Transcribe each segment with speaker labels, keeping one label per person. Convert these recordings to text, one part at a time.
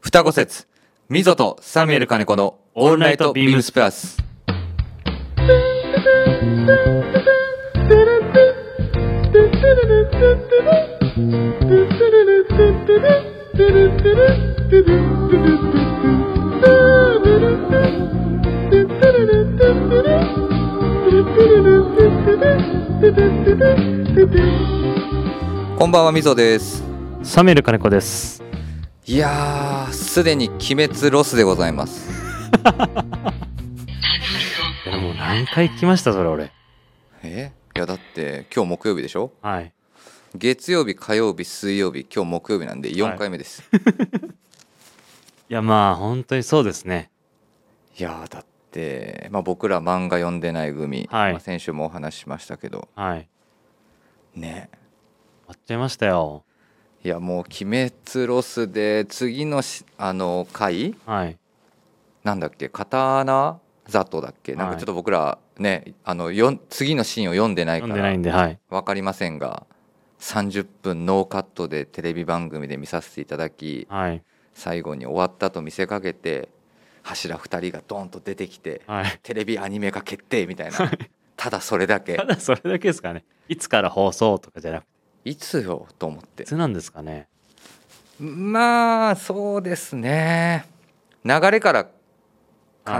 Speaker 1: 双子説ミゾとサミュエル金子のオールナイトビームスプラス
Speaker 2: Thank
Speaker 1: こんばんはミゾです
Speaker 3: サミュエル金子です。
Speaker 1: いやーすでに鬼滅ロスでございます
Speaker 3: いやもう何回聞きましたそれ俺。
Speaker 1: えいやだって今日木曜日でしょ
Speaker 3: はい。
Speaker 1: 月曜日火曜日水曜日今日木曜日なんで4回目です、
Speaker 3: いやまあ本当にそうですね。
Speaker 1: い、やーだって、まあ、僕ら漫画読んでない組、
Speaker 3: はい
Speaker 1: まあ先週もお話ししましたけど
Speaker 3: はい。
Speaker 1: ね
Speaker 3: 終わっちゃいましたよ。
Speaker 1: いやもう「鬼滅ロス」で次のしあの回
Speaker 3: はい。
Speaker 1: なんだっけ刀座とだっけなんか
Speaker 3: はい
Speaker 1: ちょっと僕らねあのよん次のシーンを読んでないか
Speaker 3: 読んでな
Speaker 1: ら
Speaker 3: いんで、はい。
Speaker 1: 分かりませんが30分ノーカットでテレビ番組で見させていただき
Speaker 3: はい。
Speaker 1: 最後に終わったと見せかけて柱2人がドーンと出てきて
Speaker 3: はい。
Speaker 1: テレビアニメ化決定みたいなただそれだけ
Speaker 3: ただそれだけですかね。いつから放送とかじゃなくて、
Speaker 1: いつよと思って
Speaker 3: いつなんですかね。
Speaker 1: まあそうですね流れから考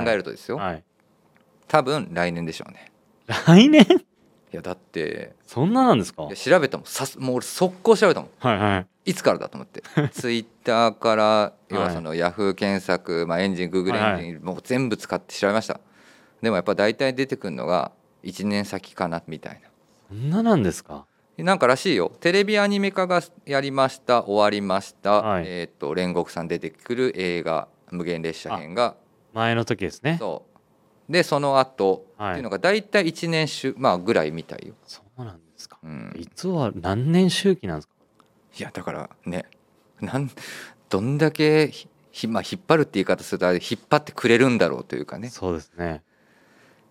Speaker 1: えるとですよ、
Speaker 3: はい。
Speaker 1: 多分来年でしょうね
Speaker 3: 来年
Speaker 1: いやだって
Speaker 3: そんななんですか
Speaker 1: い
Speaker 3: は
Speaker 1: や調べたもんさすもう俺速攻調べたもん
Speaker 3: いはい。
Speaker 1: いつからだと 思ってツイッターから要はそのヤフー検索、まあ、エンジングーグルエンジンもう全部使って調べましたでもやっぱ大体出てくるのが1年先かなみたいな
Speaker 3: そんななんですか
Speaker 1: なんからしいよテレビアニメ化がやりました終わりました、
Speaker 3: はい
Speaker 1: えっ、と煉獄さん出てくる映画「無限列車編」が
Speaker 3: 前の時ですね。
Speaker 1: そうでその後、
Speaker 3: はい
Speaker 1: っていうのが大体1年週、まあ、ぐらいみたいよ、
Speaker 3: そうなんですか。
Speaker 1: うん、
Speaker 3: いつは何年周期なんですか
Speaker 1: いやだからねなんどんだけひひ、まあ、引っ張るって言い方するとあれ引っ張ってくれるんだろうというかね
Speaker 3: そうですね。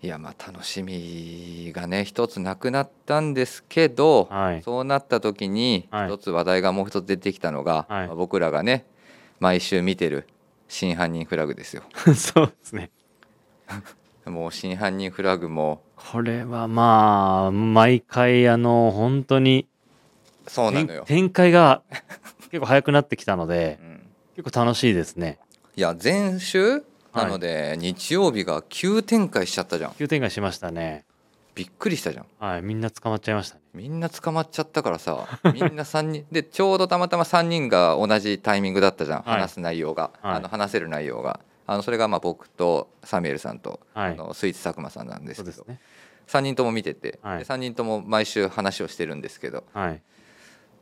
Speaker 1: いやまあ楽しみがね一つなくなったんですけど、
Speaker 3: はい。
Speaker 1: そうなった時に
Speaker 3: はい
Speaker 1: 一つ話題がもう一つ出てきたのが、
Speaker 3: はい
Speaker 1: まあ僕らがね毎週見てる「真犯人フラグ」ですよ。
Speaker 3: そうですね。
Speaker 1: もう真犯人フラグも
Speaker 3: これはまあ、毎回あの、本当に
Speaker 1: そうな
Speaker 3: 展
Speaker 1: のよ。
Speaker 3: 展開が結構早くなってきたので
Speaker 1: うん
Speaker 3: 結構楽しいですね
Speaker 1: いや前週なので日曜日が急展開しちゃったじゃん
Speaker 3: 急展開しましたね
Speaker 1: びっくりしたじゃん
Speaker 3: はいみんな捕まっちゃいましたね
Speaker 1: みんな捕まっちゃったから さみんな3人でちょうどたまたま3人が同じタイミングだったじゃん、
Speaker 3: はい
Speaker 1: 話す内容が、
Speaker 3: はい
Speaker 1: あの話せる内容があのそれがまあ僕とサミュエルさんと、
Speaker 3: は
Speaker 1: あ
Speaker 3: い
Speaker 1: のスイーツ佐久間さんなんで
Speaker 3: そ
Speaker 1: す
Speaker 3: う
Speaker 1: け
Speaker 3: です
Speaker 1: ど、
Speaker 3: ね
Speaker 1: 3人とも見てて、
Speaker 3: はい
Speaker 1: で3人とも毎週話をしてるんですけど
Speaker 3: はい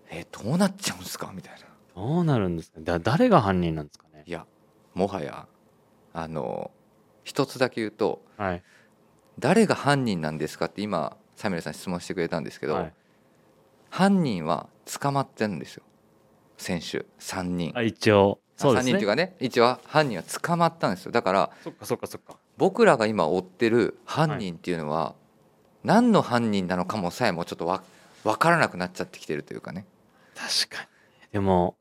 Speaker 1: えどうなっちゃうんですかみたいな
Speaker 3: どうなるんですかだ誰が犯人なんですかね
Speaker 1: いやもはやあの一つだけ言うと
Speaker 3: はい
Speaker 1: 誰が犯人なんですかって今サミュエルさん質問してくれたんですけど、
Speaker 3: はい
Speaker 1: 犯人は捕まってるんですよ先週3人
Speaker 3: あ一応そうで
Speaker 1: 3
Speaker 3: す
Speaker 1: 人という
Speaker 3: ね
Speaker 1: かね一応犯人は捕まったんですよだから
Speaker 3: そっかそっかそっか
Speaker 1: 僕らが今追ってる犯人っていうのは、何の犯人なのかもさえもちょっとわ分からなくなっちゃってきてるというかね
Speaker 3: 確かにでも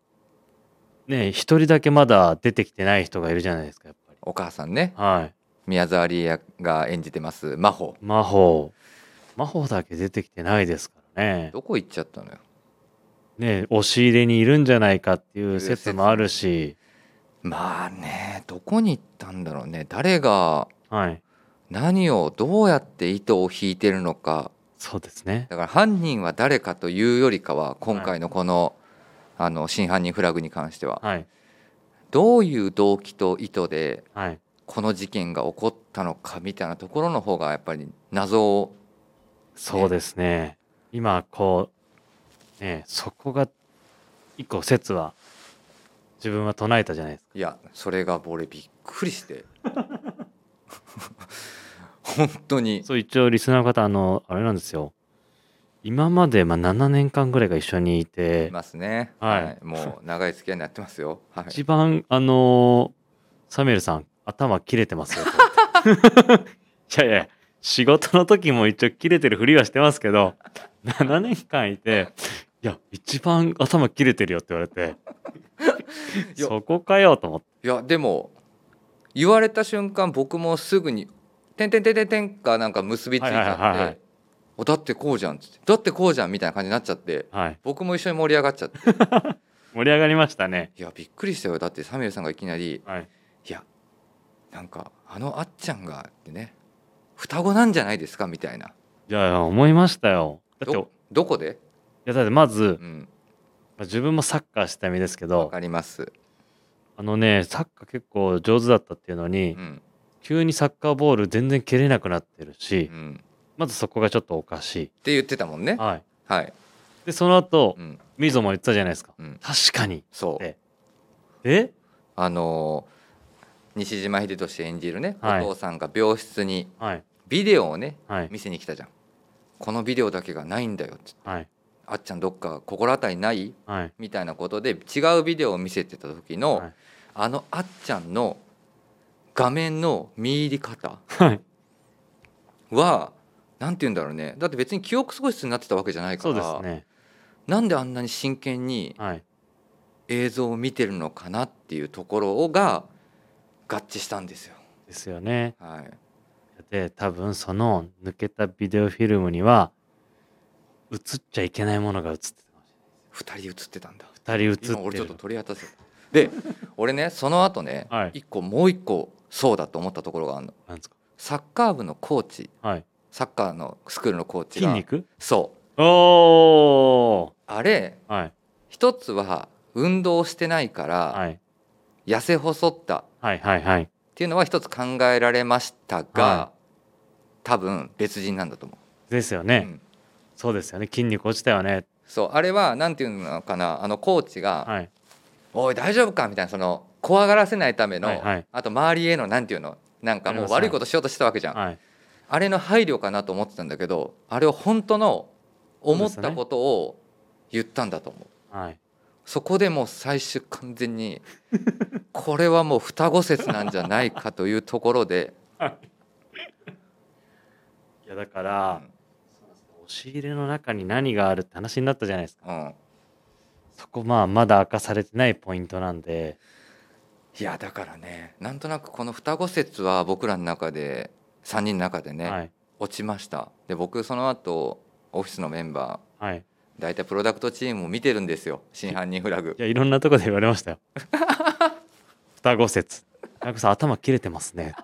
Speaker 3: ね一人だけまだ出てきてない人がいるじゃないですかやっぱり
Speaker 1: お母さんね
Speaker 3: はい
Speaker 1: 宮沢りえが演じてます真帆
Speaker 3: 魔法魔法だけ出てきてないですからね
Speaker 1: どこ行っちゃったのよ
Speaker 3: ね押し入れにいるんじゃないかっていう説もあるし
Speaker 1: まあねどこに行ったんだろうね誰が
Speaker 3: はい
Speaker 1: 何をどうやって糸を引いてるのか
Speaker 3: そうですね
Speaker 1: だから犯人は誰かというよりかは今回のこの,、あの真犯人フラグに関しては
Speaker 3: はい
Speaker 1: どういう動機と意図で
Speaker 3: はい
Speaker 1: この事件が起こったのかみたいなところの方がやっぱり謎を
Speaker 3: そうですね。今、こう、ね、そこが、一個説は、自分は唱えたじゃないですか。
Speaker 1: いやそれが俺びっくりして 本当に
Speaker 3: そう、一応、リスナーの方、あの、あれなんですよ。今まで、まあ、7年間ぐらいが一緒にいて
Speaker 1: い、ますね、
Speaker 3: はい
Speaker 1: もう長い付き合いになってますよ、はい、
Speaker 3: 一番、あのーサミュエルさん、頭切れてますよ。 と思っていやいや、仕事の時も一応切れてるふりはしてますけど、7年間いて、 いや、一番頭切れてるよって言われて、
Speaker 1: いや
Speaker 3: そこかよと思って。
Speaker 1: いやでも言われた瞬間僕もすぐに「てんてんてんてんてん」かなんか結びついちゃって「
Speaker 3: はいはいはいはい
Speaker 1: おだってこうじゃん」っつって「だってこうじゃん」みたいな感じになっちゃって
Speaker 3: はい。
Speaker 1: 僕も一緒に盛り上がっちゃって
Speaker 3: 盛り上がりましたね。
Speaker 1: いやびっくりしたよだってサミュエルさんがいきなり
Speaker 3: はい。
Speaker 1: 「いやなんかあのあっちゃんが」ってね双子なんじゃないですかみたいな
Speaker 3: じゃあ思いましたよ。だって、い
Speaker 1: どどこで、
Speaker 3: やだってまず
Speaker 1: う、ん、
Speaker 3: 自分もサッカーしてた身ですけど
Speaker 1: 分、かります、
Speaker 3: あのね、サッカー結構上手だったっていうのに、
Speaker 1: うん
Speaker 3: 急にサッカーボール全然蹴れなくなってるし、
Speaker 1: うん、っ
Speaker 3: まずそこがちょっとおかして
Speaker 1: 言ってたもんね
Speaker 3: い。はい。
Speaker 1: はい、
Speaker 3: で、その後
Speaker 1: う、ん
Speaker 3: ミゾも言ってたじゃないですか。
Speaker 1: うん、
Speaker 3: 確かに。
Speaker 1: そう
Speaker 3: でえ
Speaker 1: あのー西島秀俊演じるね、
Speaker 3: はい
Speaker 1: お父さんが病室に
Speaker 3: はい。
Speaker 1: ビデオをね
Speaker 3: はい。
Speaker 1: 見せに来たじゃんこのビデオだけがないんだよって
Speaker 3: はい。
Speaker 1: あっちゃんどっか心当たりない
Speaker 3: はい。
Speaker 1: みたいなことで違うビデオを見せてた時の、
Speaker 3: はい
Speaker 1: あのあっちゃんの画面の見入り方
Speaker 3: はい。
Speaker 1: はなんて言うんだろうねだって別に記憶喪失になってたわけじゃないか
Speaker 3: そうで
Speaker 1: ら
Speaker 3: すね。
Speaker 1: なんであんなに真剣に
Speaker 3: はい。
Speaker 1: 映像を見てるのかなっていうところが合致したんですよ。
Speaker 3: ですよね。
Speaker 1: はい、
Speaker 3: で、多分その抜けたビデオフィルムには、映っちゃいけないものが映ってまし
Speaker 1: 二人映ってたんだ
Speaker 3: た。二人
Speaker 1: 今
Speaker 3: 映って
Speaker 1: 俺ちょっと。
Speaker 3: る
Speaker 1: 取り当たせたで俺ねその後ね、
Speaker 3: はい
Speaker 1: 一個もう一個そうだと思ったところがあるの
Speaker 3: なんですか
Speaker 1: サッカー部のコーチ
Speaker 3: はい。
Speaker 1: サッカーのスクールのコーチ
Speaker 3: 筋
Speaker 1: が
Speaker 3: 肉
Speaker 1: そう
Speaker 3: お
Speaker 1: あれ
Speaker 3: ーはい。
Speaker 1: 一つは運動してないから、
Speaker 3: はい。
Speaker 1: 痩せ細ったっ
Speaker 3: はいはいはい。
Speaker 1: ていうのは一つ考えられましたが、
Speaker 3: は
Speaker 1: 多分別人なんだと思
Speaker 3: ですよ
Speaker 1: う、
Speaker 3: ね。
Speaker 1: うん
Speaker 3: そうですよね。筋肉落ちたよね。
Speaker 1: そうあれはなんていうのかなあのコーチが、
Speaker 3: はい。
Speaker 1: おい大丈夫かみたいなその怖がらせないための、
Speaker 3: はいはい
Speaker 1: あと周りへのなんていうのなんかも
Speaker 3: ありま
Speaker 1: う
Speaker 3: す
Speaker 1: 悪いことしようとしてたわけじゃん、
Speaker 3: はい。
Speaker 1: あれの配慮かなと思ってたんだけどあれを本当の思っ
Speaker 3: そうです
Speaker 1: た
Speaker 3: ね
Speaker 1: ことを言ったんだと思うそ
Speaker 3: はい。
Speaker 1: こでもう最終完全にこれはもう双子説なんじゃないかというところで、
Speaker 3: いやだか
Speaker 1: う
Speaker 3: ら、
Speaker 1: ん
Speaker 3: 押し入れの中に何があるって話になったじゃないですか。
Speaker 1: うん
Speaker 3: そこまあまだ明かされてないポイントなんで、
Speaker 1: いやだからねなんとなくこの双子説は僕らの中で3人の中でね、
Speaker 3: はい。
Speaker 1: 落ちましたで僕その後オフィスのメンバー
Speaker 3: はい。
Speaker 1: 大体プロダクトチームを見てるんですよ真犯人フラグ
Speaker 3: いやいろんなとこで言われましたよ。双子説。なんかさん頭切れてますね。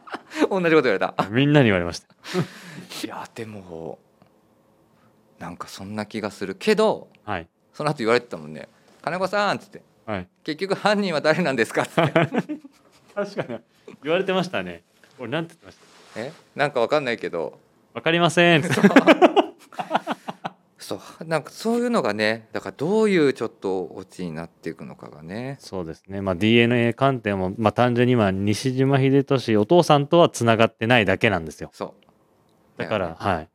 Speaker 1: 同じこと言われた
Speaker 3: みんなに言われました。
Speaker 1: いやでもなんかそんな気がするけど
Speaker 3: はい。
Speaker 1: その後言われてたもんね「金子さん」っつって
Speaker 3: はい。
Speaker 1: 「結局犯人は誰なんですか?」っつって
Speaker 3: 確かに言われてましたね。俺なんて言ってました。
Speaker 1: えなんかわかんないけど
Speaker 3: わかりません。
Speaker 1: そうなんかそういうのがねだからどういうちょっとオチになっていくのかがね
Speaker 3: そうですね、まあ、DNA 鑑定も、まあ、単純に今西島秀俊お父さんとはつながってないだけなんですよ
Speaker 1: そう
Speaker 3: だから、はい、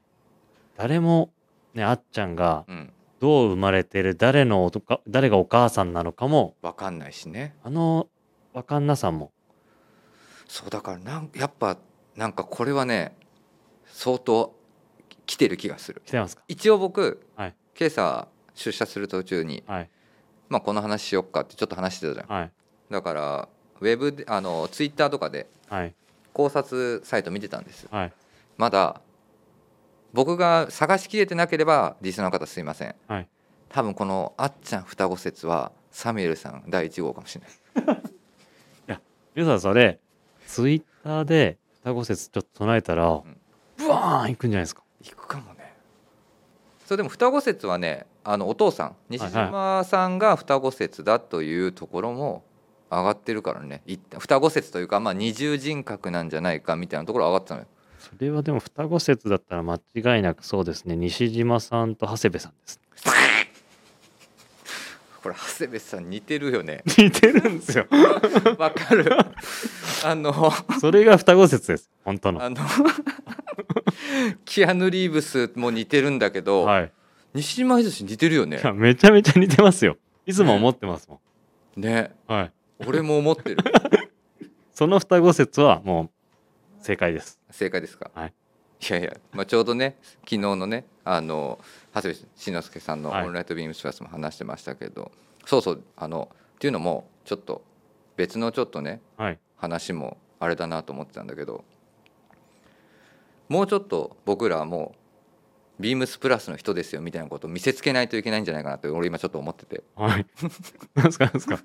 Speaker 3: 誰も、ね、あっちゃんが
Speaker 1: うん
Speaker 3: どう生まれてる誰のおとか誰がお母さんなのかも
Speaker 1: わかんないしね
Speaker 3: あの分かんなさも
Speaker 1: そうだからなんやっぱなんかこれはね相当来てる気がする
Speaker 3: 来てますか
Speaker 1: 一応僕、
Speaker 3: はい
Speaker 1: 今朝出社する途中に、
Speaker 3: はい
Speaker 1: まあ、この話しよっかってちょっと話してたじゃん
Speaker 3: はい
Speaker 1: だからウェブであのツイッターとかで
Speaker 3: はい
Speaker 1: 考察サイト見てたんです
Speaker 3: はい
Speaker 1: まだ僕が探しきれてなければリスナーの方すいません、
Speaker 3: はい
Speaker 1: 多分このあっちゃん双子説はサミュエルさん第1号かもしれない
Speaker 3: 皆さんそれツイッターで双子説ちょっと唱えたら、
Speaker 1: ん
Speaker 3: ブワーンいくんじゃないですか
Speaker 1: 行くかもねそれでも双子説はねあのお父さん西島さんが双子説だというところも上がってるからね一旦双子説というか、まあ、二重人格なんじゃないかみたいなところ上がってたのよ
Speaker 3: それはでも双子説だったら間違いなくそうですね西島さんと長谷部さんです
Speaker 1: これ長谷部さん似てるよね
Speaker 3: 似てるんですよ
Speaker 1: わか るあの
Speaker 3: それが双子説です。本当の。
Speaker 1: あの キアヌ・リーブスも似てるんだけど、
Speaker 3: はい。
Speaker 1: 西島秀俊似てるよね
Speaker 3: いや、めちゃめちゃ似てますよ。いつも思ってますも
Speaker 1: ね
Speaker 3: ん。はい。
Speaker 1: 俺も思 ってる
Speaker 3: その双子説はもう正解です。
Speaker 1: 正解ですか、
Speaker 3: はい、
Speaker 1: やいや、まあ、ちょうどね昨日のねあの長谷部慎之介さんの「オ
Speaker 3: はい
Speaker 1: ンライトビームスプラス」も話してましたけど、そうそうあのっていうのもちょっと別のちょっとね
Speaker 3: はい
Speaker 1: 話もあれだなと思ってたんだけどもうちょっと僕らはもうビームスプラスの人ですよみたいなことを見せつけないといけないんじゃないかなって俺今ちょっと思ってて
Speaker 3: はい。なんすかなんすか。
Speaker 1: い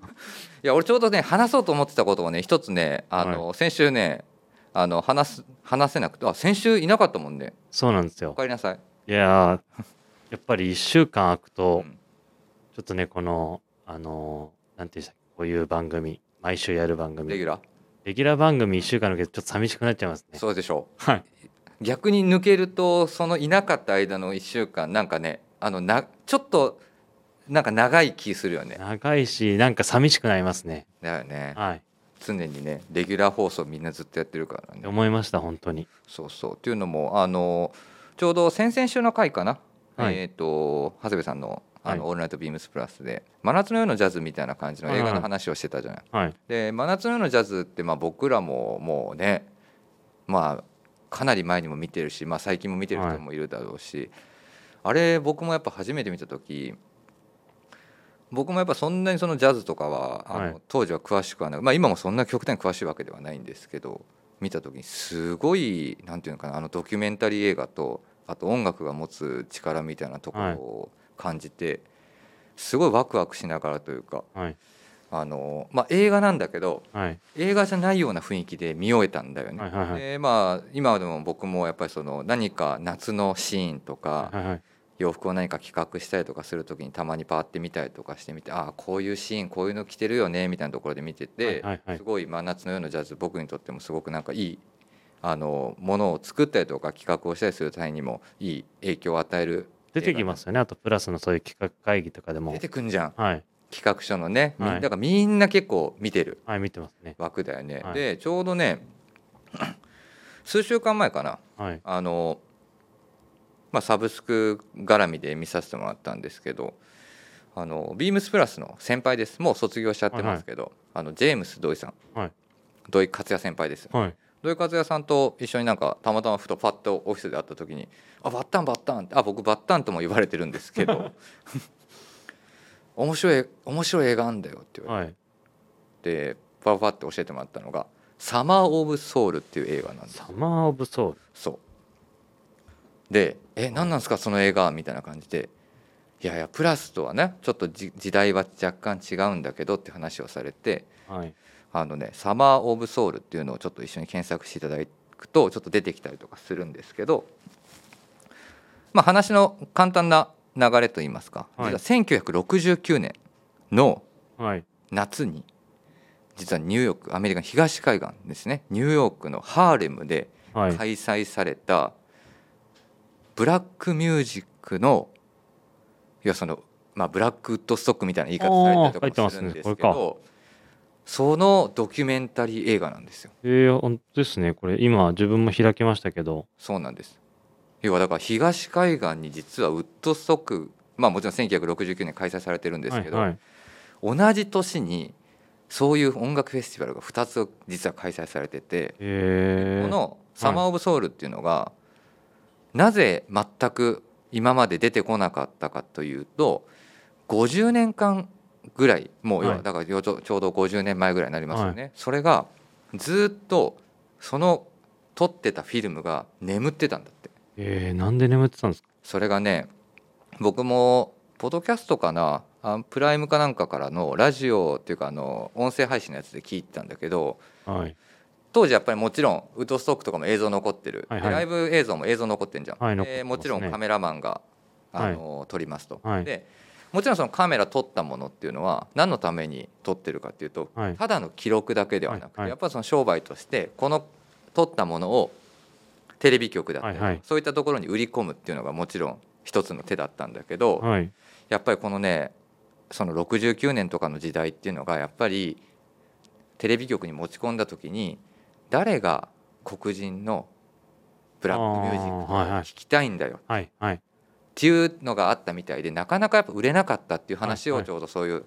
Speaker 1: や俺ちょうどね話そうと思ってたことをね一つねあの、先週ねあの話す話せなくてあ先週いなかったもんね
Speaker 3: そうなんです
Speaker 1: お
Speaker 3: よ。
Speaker 1: かえりなさい
Speaker 3: いやーやっぱり一週間空くと、
Speaker 1: うん
Speaker 3: ちょっとねこのあのーなんていうんでしたっけこういう番組毎週やる番組
Speaker 1: レギュラー、
Speaker 3: レギュラー番組一週間のけどちょっと寂しくなっちゃいますね。
Speaker 1: そうでしょう
Speaker 3: はい。
Speaker 1: 逆に抜けるとそのいなかった間の1週間なんかねあのなちょっとなんか長い気するよね
Speaker 3: 長いしなんか寂しくなりますね。
Speaker 1: だよね
Speaker 3: はい。
Speaker 1: 常にねレギュラー放送みんなずっとやってるから
Speaker 3: って
Speaker 1: ね
Speaker 3: 思いました本当に。
Speaker 1: そうそうっていうのもあのちょうど先々週の回かな、
Speaker 3: はい
Speaker 1: えっ、と長谷部さんの「あの
Speaker 3: は
Speaker 1: オ
Speaker 3: い
Speaker 1: ールナイトビームスプラスで」真夏の夜のジャズ」みたいな感じの映画の話をしてたじゃない。
Speaker 3: はい。
Speaker 1: で「真夏の夜のジャズ」ってまあ僕らももうねまあかなり前にも見てるし、まあ、最近も見てる人もいるだろうし、あれ僕もやっぱ初めて見た時僕もやっぱそんなにそのジャズとかはあの、
Speaker 3: はい
Speaker 1: 当時は詳しくはない、まあ、今もそんな極端に詳しいわけではないんですけど見た時にすごいなんていうのかなあのドキュメンタリー映画とあと音楽が持つ力みたいなところを感じて、すごいワクワクしながらというか
Speaker 3: はい。
Speaker 1: あの、まあ、映画なんだけど
Speaker 3: はい。
Speaker 1: 映画じゃないような雰囲気で見終えたんだよね。
Speaker 3: はいはいはい
Speaker 1: でまあ今でも僕もやっぱりその何か夏のシーンとか
Speaker 3: はいはい。
Speaker 1: 洋服を何か企画したりとかする時にたまにパーって見たりとかしてみてああこういうシーンこういうの着てるよねみたいなところで見てて、
Speaker 3: はいはいはい
Speaker 1: すごい「真夏の夜のジャズ」僕にとってもすごくなんかいいあのものを作ったりとか企画をしたりする際にもいい影響を与える
Speaker 3: 出てきますよね。あとプラスのそういう企画会議とかでも。
Speaker 1: 出てくんじゃん
Speaker 3: はい。
Speaker 1: 企画書のね、みん
Speaker 3: はい
Speaker 1: だからみんな結構見てる
Speaker 3: はい見てますね。
Speaker 1: 枠だよね。
Speaker 3: はい
Speaker 1: でちょうどね 数週間前かな
Speaker 3: はい。
Speaker 1: あの、まあ、サブスク絡みで見させてもらったんですけどあのビームスプラスの先輩ですもう卒業しちゃってますけど、あのジェームス土井さん、
Speaker 3: はい
Speaker 1: 土井克也先輩です
Speaker 3: はい。
Speaker 1: 土井克也さんと一緒になんかたまたまふとパッとオフィスで会った時に「あバッタンバッタン」ってあ僕バッタンとも言われてるんですけ ど面白い面白い映画あんだよって言われて
Speaker 3: はい。
Speaker 1: でパパパって教えてもらったのが「サマー・オブ・ソウル」っていう映画なんです
Speaker 3: サマーオブソウル。
Speaker 1: そうで「え何なんですかその映画」みたいな感じで「いやいやプラスとはねちょっとじ時代は若干違うんだけど」って話をされて
Speaker 3: はい。
Speaker 1: あのね「サマー・オブ・ソウル」っていうのをちょっと一緒に検索していただくとちょっと出てきたりとかするんですけど、まあ、話の簡単な流れといいますか、
Speaker 3: はい
Speaker 1: 実は1969年の
Speaker 3: はい。
Speaker 1: 夏に実はニューヨークアメリカの東海岸ですねニューヨークのハーレムで
Speaker 3: はい。
Speaker 1: 開催されたブラックミュージックのいやその、まあ、ブラックウッドストックみたいな言い方されたりとか
Speaker 3: あー
Speaker 1: もするん
Speaker 3: 入ってますね
Speaker 1: ですけ
Speaker 3: こ
Speaker 1: どそのドキュメンタリー映画なんですよ
Speaker 3: えー、本当ですね。これ今自分も開きましたけど。
Speaker 1: そうなんです要はだから東海岸に実はウッドストックまあもちろん1969年開催されてるんですけど、
Speaker 3: はいはい、
Speaker 1: 同じ年にそういう音楽フェスティバルが2つ実は開催されてて、
Speaker 3: えー、
Speaker 1: この「サマー・オブ・ソウル」っていうのが、なぜ全く今まで出てこなかったかというと50年間ぐらいもう要は
Speaker 3: はい
Speaker 1: だからちょちょうど50年前ぐらいになりますよね、それがずっとその撮ってたフィルムが眠ってたんだって
Speaker 3: えー、なんで眠ってたんですか
Speaker 1: それがね僕もポッドキャストかなあプライムかなんかからのラジオっていうかあの音声配信のやつで聞いてたんだけど、
Speaker 3: はい。
Speaker 1: 当時やっぱりもちろんウッドストックとかも映像残ってる、
Speaker 3: はいはい
Speaker 1: でライブ映像も映像残ってんじゃん、
Speaker 3: はい残って
Speaker 1: で
Speaker 3: ますね
Speaker 1: もちろんカメラマンがあの、撮りますと、
Speaker 3: はい
Speaker 1: でもちろんそのカメラ撮ったものっていうのは何のために撮ってるかっていうと、
Speaker 3: はい。
Speaker 1: ただの記録だけではなくて、
Speaker 3: はいはい
Speaker 1: やっぱりその商売としてこの撮ったものをテレビ局だったりとか、
Speaker 3: はいはい
Speaker 1: そういったところに売り込むっていうのがもちろん一つの手だったんだけど、
Speaker 3: はい。
Speaker 1: やっぱりこのねその69年とかの時代っていうのがやっぱりテレビ局に持ち込んだ時に誰が黒人のブラックミュージックを
Speaker 3: あーはいはい
Speaker 1: 聴きたいんだよ
Speaker 3: はい。はい。
Speaker 1: っていうのがあったみたいでなかなかやっぱ売れなかったっていう話
Speaker 3: は
Speaker 1: を
Speaker 3: いはい
Speaker 1: ちょうどそういう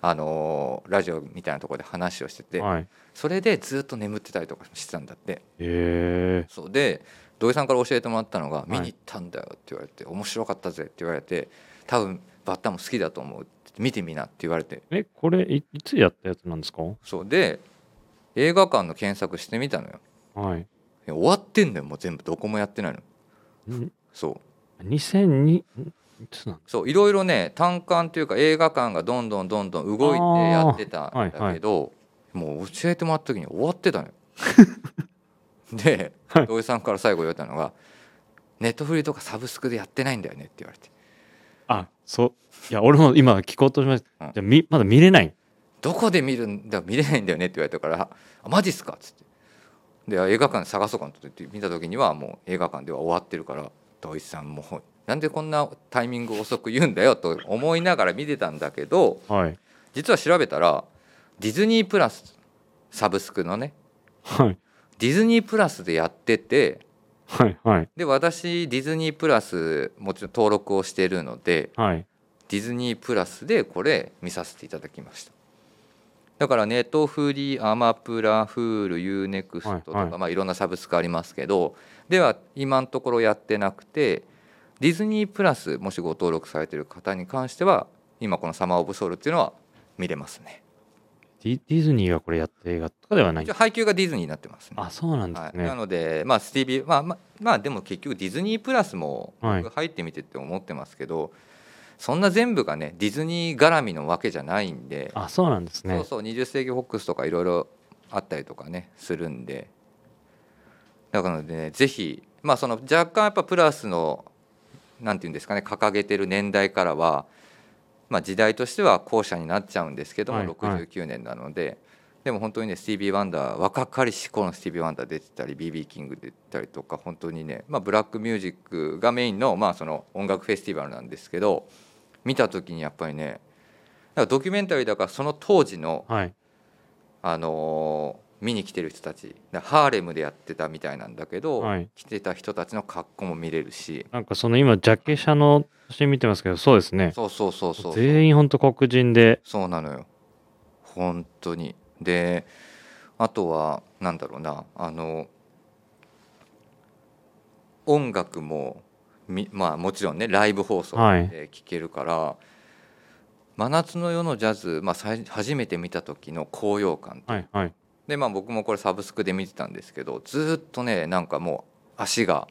Speaker 1: あのーラジオみたいなところで話をしてて
Speaker 3: はい。
Speaker 1: それでずっと眠ってたりとかしてたんだって
Speaker 3: え
Speaker 1: そうで土井さんから教えてもらったのが「
Speaker 3: い
Speaker 1: 見に行ったんだよ」って言われて「面白かったぜ」って言われて「多分バッターも好きだと思う」って見てみなって言われて
Speaker 3: えこれいいつやったやつなんですか
Speaker 1: そうで映画館の検索してみたのよ
Speaker 3: はい
Speaker 1: いや終わってんだよもう全部どこもやってないの
Speaker 3: ん
Speaker 1: そう
Speaker 3: 2002んいつなん
Speaker 1: そういろいろね単館というか映画館がどんどんどんどん動いてやってたん
Speaker 3: あーはいは
Speaker 1: だ
Speaker 3: い
Speaker 1: けど、もう教えてもらった時に終わってたの よ。で
Speaker 3: はい
Speaker 1: 土井さんから最後言われたのが「ネットフリとかサブスクでやってないんだよね」って言われて
Speaker 3: あそういや俺も今聞こうとしました、
Speaker 1: うん
Speaker 3: じゃあみまだ見れない
Speaker 1: 「どこで見るんだ見れないんだよね」って言われたから「あマジっすか」っつってで映画館で探そうかなと思って見た時にはもう映画館では終わってるから土井さんもうなんでこんなタイミング遅く言うんだよと思いながら見てたんだけど。
Speaker 3: はい
Speaker 1: 実は調べたらディズニープラスサブスクのね
Speaker 3: はい
Speaker 1: ディズニープラスでやってて
Speaker 3: はいはい
Speaker 1: で私ディズニープラスもちろん登録をしてるので
Speaker 3: はい
Speaker 1: ディズニープラスでこれ見させていただきましただからネットフリーアマプラフールユーネクストとか、
Speaker 3: はいはい
Speaker 1: まあ、いろんなサブスクありますけどでは今のところやってなくてディズニープラスもしご登録されてる方に関しては今この「サマー・オブ・ソウル」っていうのは見れますね
Speaker 3: ディディズニーがこれやった映画とかではない
Speaker 1: 一応配給がディズニーになってますね
Speaker 3: あそうなんで
Speaker 1: は
Speaker 3: す
Speaker 1: い、
Speaker 3: ね、
Speaker 1: なので、まあ、スティービー、まあまあ、まあ、でも結局ディズニープラスも
Speaker 3: はい
Speaker 1: 僕入ってみてって思ってますけど、そんな全部がねディズニー絡みのわけじゃないんで、
Speaker 3: あそうなんです
Speaker 1: そう
Speaker 3: ね
Speaker 1: そう20世紀フォックスとかいろいろあったりとかねするんでだからねぜひ、まあ、その若干やっぱプラスのなんていうんですかね掲げてる年代からは、まあ、時代としては後者になっちゃうんですけども、
Speaker 3: はいはい
Speaker 1: 69年なので。でも本当にねスティービー・ワンダー若かりし頃のスティービー・ワンダー出てたり BB キング出てたりとか本当にね、まあ、ブラックミュージックがメインの,、まあその音楽フェスティバルなんですけど見た時にやっぱりねなんかドキュメンタリーだからその当時の、
Speaker 3: はい
Speaker 1: あのー見に来てる人たちだハーレムでやってたみたいなんだけど、
Speaker 3: はい
Speaker 1: 来てた人たちの格好も見れるし
Speaker 3: なんかその今ジャケ写の写真見てますけどそうですね
Speaker 1: そうそうそうそう
Speaker 3: 全員ほんと黒人で
Speaker 1: そうなのよ本当にであとはなんだろうなあの音楽もみまあもちろんねライブ放送
Speaker 3: はい
Speaker 1: で聴けるから「真夏の夜のジャズ」まあ、さい初めて見た時の高揚感
Speaker 3: はいはい
Speaker 1: でまあ僕もこれサブスクで見てたんですけどずーっとねなんかもう足が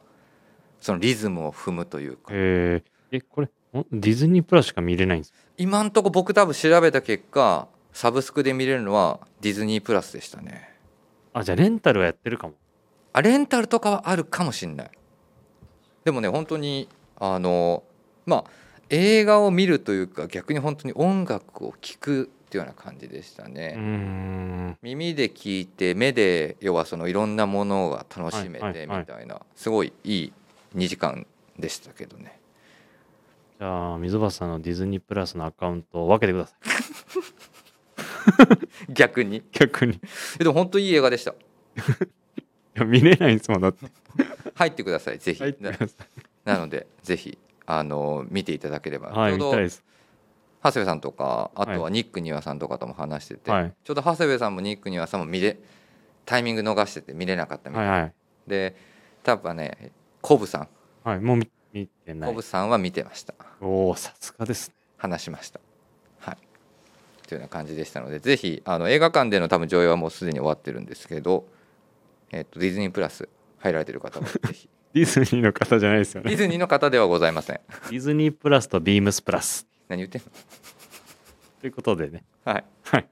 Speaker 1: そのリズムを踏むというか
Speaker 3: えー、えこれおディズニープラスしか見れないんです
Speaker 1: 今んとこ僕多分調べた結果サブスクで見れるのはディズニープラスでしたね
Speaker 3: あじゃあレンタルはやってるかも
Speaker 1: あレンタルとかはあるかもしんないでもね本当にあのまあ映画を見るというか逆に本当に音楽を聴くっていうような感じでしたね、
Speaker 3: うーん
Speaker 1: 耳で聞いて目で要はそのいろんなものが楽しめ
Speaker 3: はい
Speaker 1: て
Speaker 3: はい
Speaker 1: み
Speaker 3: はい
Speaker 1: たいなすごいいい2時間でしたけどね
Speaker 3: じゃあ水橋さんのディズニープラスのアカウントを分けてください
Speaker 1: 逆に
Speaker 3: 逆にい
Speaker 1: えでも本当いい映画でした
Speaker 3: や見れないんですもんだって
Speaker 1: 入ってくださいぜひ
Speaker 3: 入って
Speaker 1: な
Speaker 3: くださ
Speaker 1: なのでぜひあの見ていただければ、
Speaker 3: いはい
Speaker 1: ち
Speaker 3: 見
Speaker 1: ょう
Speaker 3: たい
Speaker 1: ど
Speaker 3: です
Speaker 1: 長谷部さんとかあと
Speaker 3: は
Speaker 1: はニック・ニワさんとかとも話してて、
Speaker 3: はい
Speaker 1: ちょうど長谷部さんもニック・ニワさんも見れタイミング逃してて見れなかったみた、
Speaker 3: はいいはい
Speaker 1: で多分ねコブさん
Speaker 3: はいもう見見てな
Speaker 1: コ
Speaker 3: い
Speaker 1: ブさんは見てました
Speaker 3: おおさすがですね
Speaker 1: 話しました。はい、というような感じでしたのでぜひあの映画館での多分上映はもうすでに終わってるんですけど、えっとディズニープラス入られてる 方はぜひ
Speaker 3: ディズニーの方じゃないですよ
Speaker 1: ディ
Speaker 3: ね
Speaker 1: ズニーの方ではございません。
Speaker 3: ディズニープラスとビームスプラス
Speaker 1: 何言ってん
Speaker 3: ということでね
Speaker 1: の、はい、
Speaker 3: はい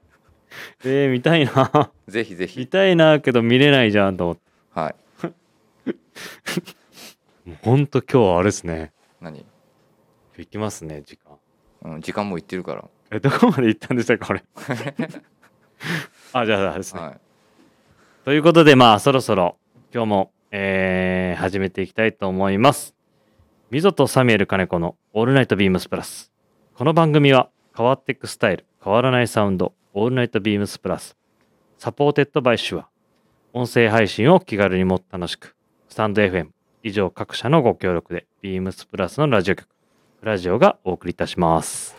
Speaker 3: えー、見たいな
Speaker 1: ぜひぜ
Speaker 3: 見
Speaker 1: ひ、
Speaker 3: たいなけど見れないじゃんと思って
Speaker 1: はい、
Speaker 3: もうほんと今日はあれですね
Speaker 1: 何、
Speaker 3: 行きますね時間
Speaker 1: うん、時間もいってるから、
Speaker 3: えどこまで行ったんでした かこれあじゃああれですね、
Speaker 1: はい、
Speaker 3: ということでまあそろそろ今日も、えー始めていきたいと思いますみぞとサミュエル金子の「オールナイトビームスプラス」この番組は変わっていくスタイル変わらないサウンド「オールナイトビームスプラス」サポーテッドバイシュア音声配信を気軽にもっと楽しくスタンド FM 以上各社のご協力でビームスプラスのラジオ局ラジオがお送りいたします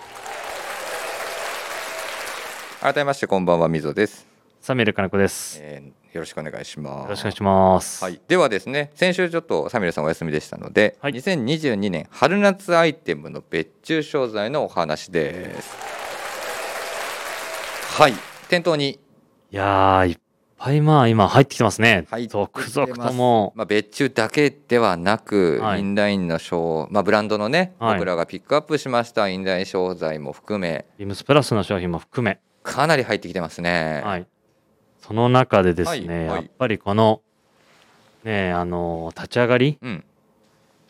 Speaker 1: 改めましてこんばんはみぞです、
Speaker 3: サミュエル金子ですよ
Speaker 1: えーよろしくお願いします。
Speaker 3: ろしくお願いします
Speaker 1: はい、ではですね先週ちょっとサミュエルさんお休みでしたので、
Speaker 3: はい
Speaker 1: 2022年春夏アイテムの別注商材のお話ですはい店頭に、
Speaker 3: いやー、いっぱいまあ今入ってきてますね。
Speaker 1: 入ってきてま
Speaker 3: 続
Speaker 1: す
Speaker 3: 々とも
Speaker 1: まあ、別注だけではなく、
Speaker 3: はい
Speaker 1: インラインの商、まあ、ブランドのね、
Speaker 3: はい
Speaker 1: 僕らがピックアップしましたインライン商材も含め
Speaker 3: ビームスプラスの商品も含め、
Speaker 1: かなり入ってきてますね、
Speaker 3: はい、その中でですね、
Speaker 1: はいはい
Speaker 3: やっぱりこの、ねえ、あの立ち上がり
Speaker 1: うん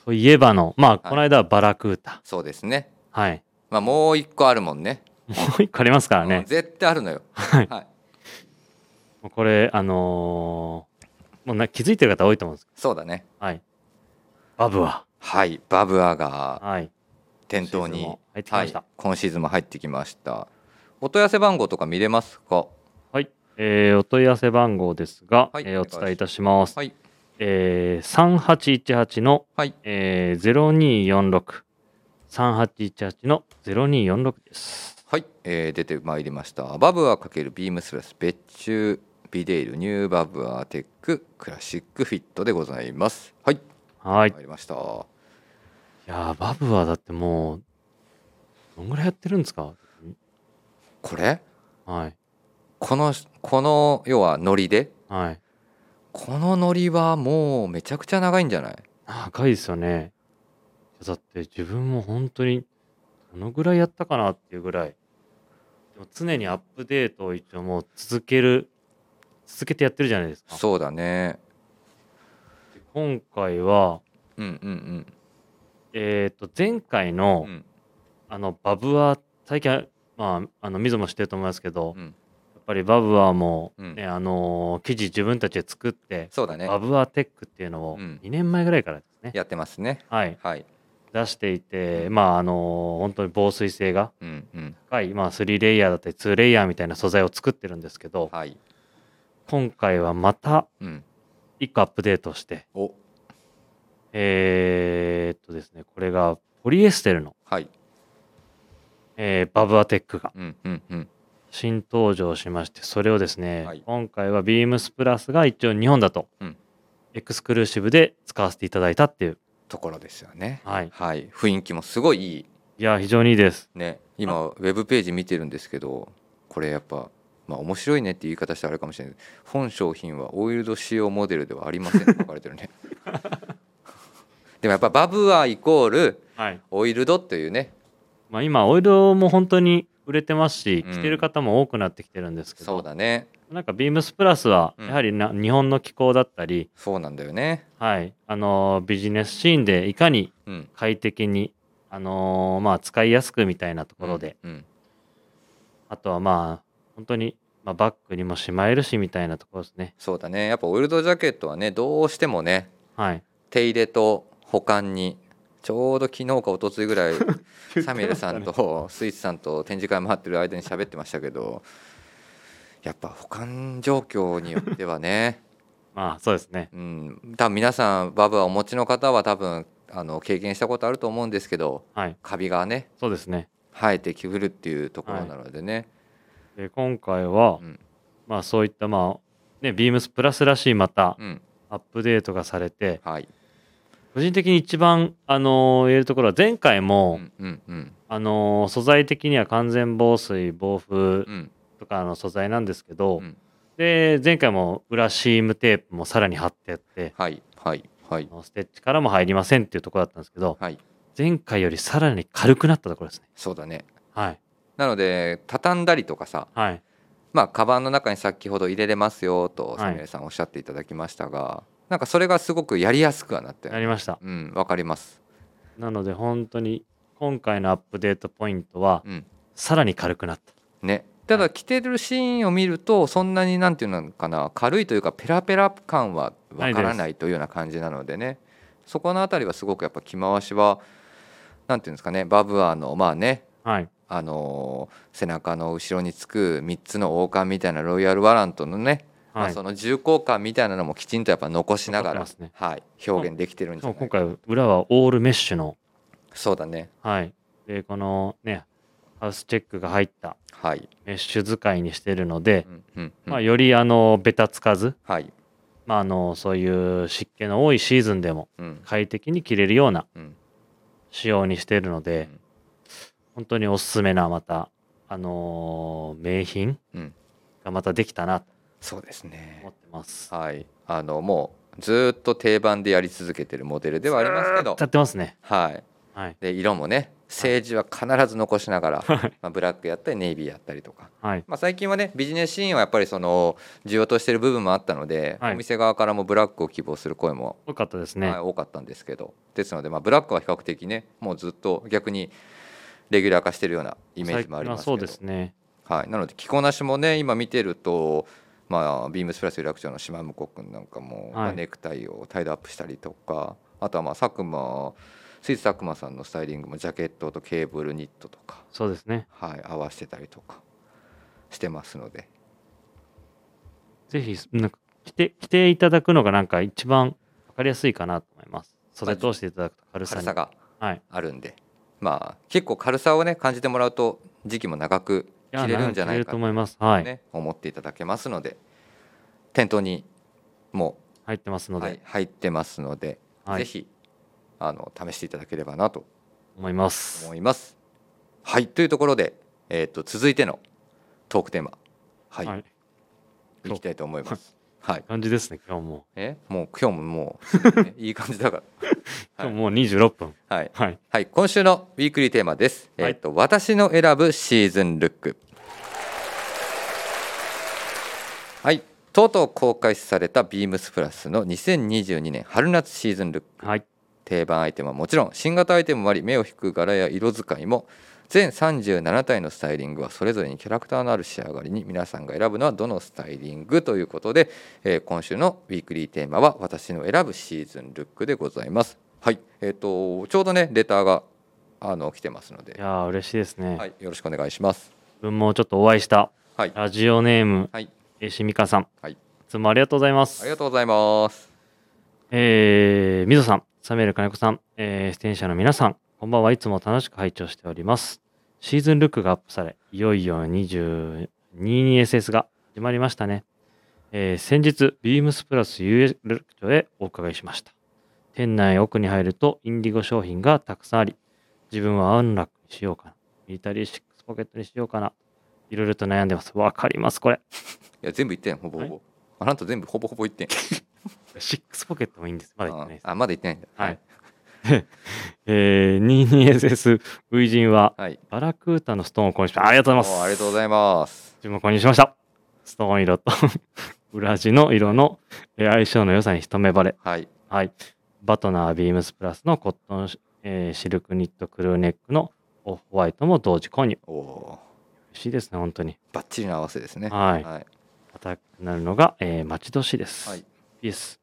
Speaker 3: といえばの、まあ、この間はバラクータ、
Speaker 1: そうですね
Speaker 3: はい、
Speaker 1: まあもう一個あるもんね
Speaker 3: もう一個ありますから
Speaker 1: うん
Speaker 3: ね、
Speaker 1: 絶対あるのよはい、
Speaker 3: もうこれ、あのーもうな気づいてる方多いと思うんですけ
Speaker 1: そうだね
Speaker 3: ど、はい、バブは、
Speaker 1: はいバブアが
Speaker 3: はい、
Speaker 1: 店頭に
Speaker 3: 今シーズンも入ってきました
Speaker 1: はい、今シーズンも入ってきましたお問い合わせ番号とか見れますか
Speaker 3: はいえーお問い合わせ番号ですが、
Speaker 1: はい
Speaker 3: えーお
Speaker 1: お願いします
Speaker 3: 伝えいたします。
Speaker 1: はい
Speaker 3: えー、3818の、
Speaker 1: はい
Speaker 3: えー、02463818の0246です。
Speaker 1: はい、えー出てまいりましたバブア×ビームスプラス別注ビデールニューバブアテッククラシックフィットでございますはい、
Speaker 3: はい。い
Speaker 1: 参りましたも
Speaker 3: やー、バブはだってもう、どんぐらいやってるんですか
Speaker 1: うこれ
Speaker 3: はい。
Speaker 1: このこの要はノリで
Speaker 3: はい。
Speaker 1: このノリはもうめちゃくちゃ長いんじゃない
Speaker 3: 長いですよね。だって自分も本当に、どのぐらいやったかなっていうぐらい。でも常にアップデートを一応もう続ける、続けてやってるじゃないですか。
Speaker 1: そうだね
Speaker 3: 今回は、
Speaker 1: うんうん
Speaker 3: えっ、と、前回の、
Speaker 1: うんうん
Speaker 3: あのバブは最近はまああの水も知ってると思いますけど、
Speaker 1: うん
Speaker 3: やっぱりバブはもう
Speaker 1: うん
Speaker 3: ね、あのー記事自分たちで作って、
Speaker 1: そうだね
Speaker 3: バブはテックっていうのを
Speaker 1: うん
Speaker 3: 2年前ぐらいからですね、
Speaker 1: やってますね
Speaker 3: はい
Speaker 1: はい
Speaker 3: 出していて、まああのー本当に防水性が
Speaker 1: うんうん
Speaker 3: 高い、まあ3レイヤーだったり2レイヤーみたいな素材を作ってるんですけど、
Speaker 1: はい
Speaker 3: 今回はまた
Speaker 1: うん
Speaker 3: 1個アップデートして、
Speaker 1: お
Speaker 3: えーっとですね、これがポリエステルの、
Speaker 1: はい
Speaker 3: えーバブアテックが
Speaker 1: うんうんうん
Speaker 3: 新登場しましてそれをですね、
Speaker 1: はい
Speaker 3: 今回はビームスプラスが一応日本だと、
Speaker 1: うん
Speaker 3: エクスクルーシブで使わせていただいたっていう
Speaker 1: ところですよね
Speaker 3: はい
Speaker 1: はい雰囲気もすごいいい
Speaker 3: いや非常にいいです
Speaker 1: ね今ウェブページ見てるんですけどこれやっぱまあ面白いねって言い方したらあれかもしれない本商品はオイルド使用モデルではありませんって書かれてるね でもやっぱバブアーイコール
Speaker 3: はい、
Speaker 1: オイルドっていうね
Speaker 3: まあ、今オイルも本当に売れてますし、
Speaker 1: うん
Speaker 3: 着てる方も多くなってきてるんですけ
Speaker 1: そう
Speaker 3: ど
Speaker 1: だね
Speaker 3: なんかビームスプラスは
Speaker 1: うん
Speaker 3: やはりな、日本の気候だったり、
Speaker 1: そうなんだよね
Speaker 3: はいあのービジネスシーンでいかに
Speaker 1: うん
Speaker 3: 快適に、あのーまあ、使いやすくみたいなところで、
Speaker 1: うん
Speaker 3: あとはまあ本当に、まあ、バッグにもしまえるしみたいなところですね
Speaker 1: そうだねやっぱオイルドジャケットはねどうしてもね
Speaker 3: はい
Speaker 1: 手入れと保管にちょうど昨日か一昨日ぐらいサミュエルさんとスイーツさんと展示会回ってる間に喋ってましたけどやっぱ保管状況によってはね、
Speaker 3: まあそうですね。
Speaker 1: うん、多分皆さんバブはお持ちの方は多分あの経験したことあると思うんですけど
Speaker 3: はい。
Speaker 1: カビがね
Speaker 3: そうですね。
Speaker 1: 生えてきふるっていうところなのでね、
Speaker 3: で今回は、
Speaker 1: うん
Speaker 3: まあそういったまあねビームスプラスらしいまた
Speaker 1: うん
Speaker 3: アップデートがされて、
Speaker 1: はい
Speaker 3: 個人的に一番あのー言えるところは前回
Speaker 1: う
Speaker 3: も、
Speaker 1: んうんうん
Speaker 3: あのー素材的には完全防水防風
Speaker 1: うん
Speaker 3: とかの素材なんですけど、
Speaker 1: うん
Speaker 3: で前回も裏シームテープもさらに貼ってやって。
Speaker 1: はいはいはい
Speaker 3: あのステッチからも入りませんっていうところだったんですけど
Speaker 1: はい
Speaker 3: 前回よりさらに軽くなったところですね
Speaker 1: そうだね
Speaker 3: はい
Speaker 1: なので畳んだりとかさ
Speaker 3: はい
Speaker 1: まあ、カバンの中に先ほど入れれますよと
Speaker 3: い
Speaker 1: サミュエルさんおっしゃっていただきましたが、なんかそれがすごくやりやすくはなって
Speaker 3: やりました
Speaker 1: うんわかります
Speaker 3: なので本当に今回のアップデートポイントは
Speaker 1: うん
Speaker 3: さらに軽くなった。
Speaker 1: ねた
Speaker 3: は
Speaker 1: だ
Speaker 3: い
Speaker 1: 着てるシーンを見るとそんなになんていうのかな軽いというかペラペラ感はわから
Speaker 3: な
Speaker 1: ないというような感じなのでねそこのあたりはすごくやっぱ着回しはなんていうんですかねバブアーのまあね
Speaker 3: はい。
Speaker 1: あのー背中の後ろにつく3つの王冠みたいなロイヤルワラントのねま
Speaker 3: は
Speaker 1: あ、
Speaker 3: い。し
Speaker 1: その重厚感みたいなのもきちんとやっぱ残しなが
Speaker 3: 残
Speaker 1: ら、
Speaker 3: ってますね
Speaker 1: はい、表現できてるんじ
Speaker 3: か
Speaker 1: ゃ
Speaker 3: も
Speaker 1: ない
Speaker 3: 今回裏はオールメッシュの、
Speaker 1: そうだね
Speaker 3: はい。で、このね、ハウスチェックが入った
Speaker 1: はい、
Speaker 3: メッシュ使いにしてるので
Speaker 1: う、んうんうん
Speaker 3: まあ、よりあの、ベタつかず、
Speaker 1: はい、
Speaker 3: まあ、あの、そういう湿気の多いシーズンでも
Speaker 1: うん
Speaker 3: 快適に着れるような
Speaker 1: うん、
Speaker 3: 仕様にしてるので、本当におすすめなまたあのー名品
Speaker 1: うん
Speaker 3: がまたできたなと
Speaker 1: そうです
Speaker 3: 思っ
Speaker 1: ね
Speaker 3: てます。
Speaker 1: はいあのもうずーっと定番でやり続けてるモデルではありますけど
Speaker 3: やってますね。
Speaker 1: はい
Speaker 3: はい。
Speaker 1: で色もね政治は必ず残しながら、まあ、ブラックやったりネイビーやったりとか、
Speaker 3: はい。
Speaker 1: まあ、最近はねビジネスシーンはやっぱりその需要としてる部分もあったので、
Speaker 3: はい
Speaker 1: お店側からもブラックを希望する声も、
Speaker 3: 多かったですね。
Speaker 1: はい多かったんですけどですので、まあ、ブラックは比較的ねもうずっと逆にレギュラー化してるようなイメージもありますけ
Speaker 3: 最近はそう
Speaker 1: ど
Speaker 3: ですね。
Speaker 1: はい、なので着こなしもね今見てると、まあ、ビームスプラス有楽町の島向こう君なんかも、まあ
Speaker 3: はい
Speaker 1: ネクタイをタイドアップしたりとかあとはまあ佐久間スイーツ佐久間さんのスタイリングもジャケットとケーブルニットとか、
Speaker 3: そうですね。
Speaker 1: はい、合わせてたりとかしてますので
Speaker 3: ぜひ、なんか来て、来ていただくのがなんか一番わかりやすいかなと思います。袖通していただくと軽さ
Speaker 1: 軽
Speaker 3: に。
Speaker 1: さが
Speaker 3: はい。
Speaker 1: あるんで、まあ、結構軽さをね感じてもらうと時期も長く
Speaker 3: いや
Speaker 1: 着れるんじゃない
Speaker 3: 着れる
Speaker 1: か
Speaker 3: と
Speaker 1: と、
Speaker 3: 思います。はい。
Speaker 1: ね、思っていただけますので店頭にも
Speaker 3: 入ってますの
Speaker 1: う、
Speaker 3: で、
Speaker 1: はい、入ってますので。
Speaker 3: はい
Speaker 1: ぜひあの試していただければなと
Speaker 3: 思います
Speaker 1: 思。います。はいというところで、えー、と続いてのトークテーマはい、
Speaker 3: はいい、。
Speaker 1: きたいと思います。 はい、
Speaker 3: 感じですね、今日も。
Speaker 1: えもう今日ももう、ねいい感じだかはい
Speaker 3: 今日もう26分。
Speaker 1: ら、はい
Speaker 3: はい。
Speaker 1: はい、今週のウィークリーテーマです、
Speaker 3: はい
Speaker 1: えー、と私の選ぶシーズンルックはいとうとう公開されたビームスプラスの2022年春夏シーズンルック
Speaker 3: はい。
Speaker 1: 定番アイテムはもちろん新型アイテムもあり目を引く柄や色使いも全37体のスタイリングはそれぞれにキャラクターのある仕上がりに皆さんが選ぶのはどのスタイリングということで、えー今週のウィークリーテーマは私の選ぶシーズンルックでございますはいえー、とちょうどねレターがあの来てますの
Speaker 3: い
Speaker 1: で、
Speaker 3: やー嬉しいですね。
Speaker 1: はい、よろしくお願いします
Speaker 3: 自分もちょっとお会いした
Speaker 1: はい
Speaker 3: ラジオネーム、
Speaker 1: はい
Speaker 3: えしみかさん。
Speaker 1: はい
Speaker 3: いつもありがとうございます。
Speaker 1: ありがとうございます
Speaker 3: えー、みぞさん、サメル金子さん、えー、出演者の皆さん、こんばんはいつも楽しく拝聴しております。シーズンルックがアップされ、いよいよ 22SS が始まりましたね。えー先日、ビームスプラス UL ルック長へお伺いしました。店内奥に入るとインディゴ商品がたくさんあり、自分はアンラックにしようかな、ミリタリーシックスポケットにしようかな、いろいろと悩んでます。わかります、これ。
Speaker 1: いや全部言ってんほぼほぼ、あなた全部ほぼほぼ言ってん
Speaker 3: シックスポケットもいいんです。まだ言ってないです。
Speaker 1: あまだ言ってないんだ
Speaker 3: はい。 えー、22SS ジンは
Speaker 1: はい
Speaker 3: バラクータのストーンを購入しました。ありがとう
Speaker 1: お
Speaker 3: ございます。
Speaker 1: ーありがとうご
Speaker 3: い
Speaker 1: ざいま
Speaker 3: ます。
Speaker 1: す
Speaker 3: 自分も購入しました。ストーン色と 裏地の色のえー相性の良さに一目惚れ。
Speaker 1: はい
Speaker 3: はい。バトナービームスプラスのコットン、えーシルクニットクルーネックのオフホワイトも同時購入。
Speaker 1: おおー
Speaker 3: 嬉しいですね、本当に。
Speaker 1: バッチリの合わせですね。
Speaker 3: はい
Speaker 1: はい。
Speaker 3: 硬くなるのが、えー、待ち遠しいです。
Speaker 1: はい。
Speaker 3: PS。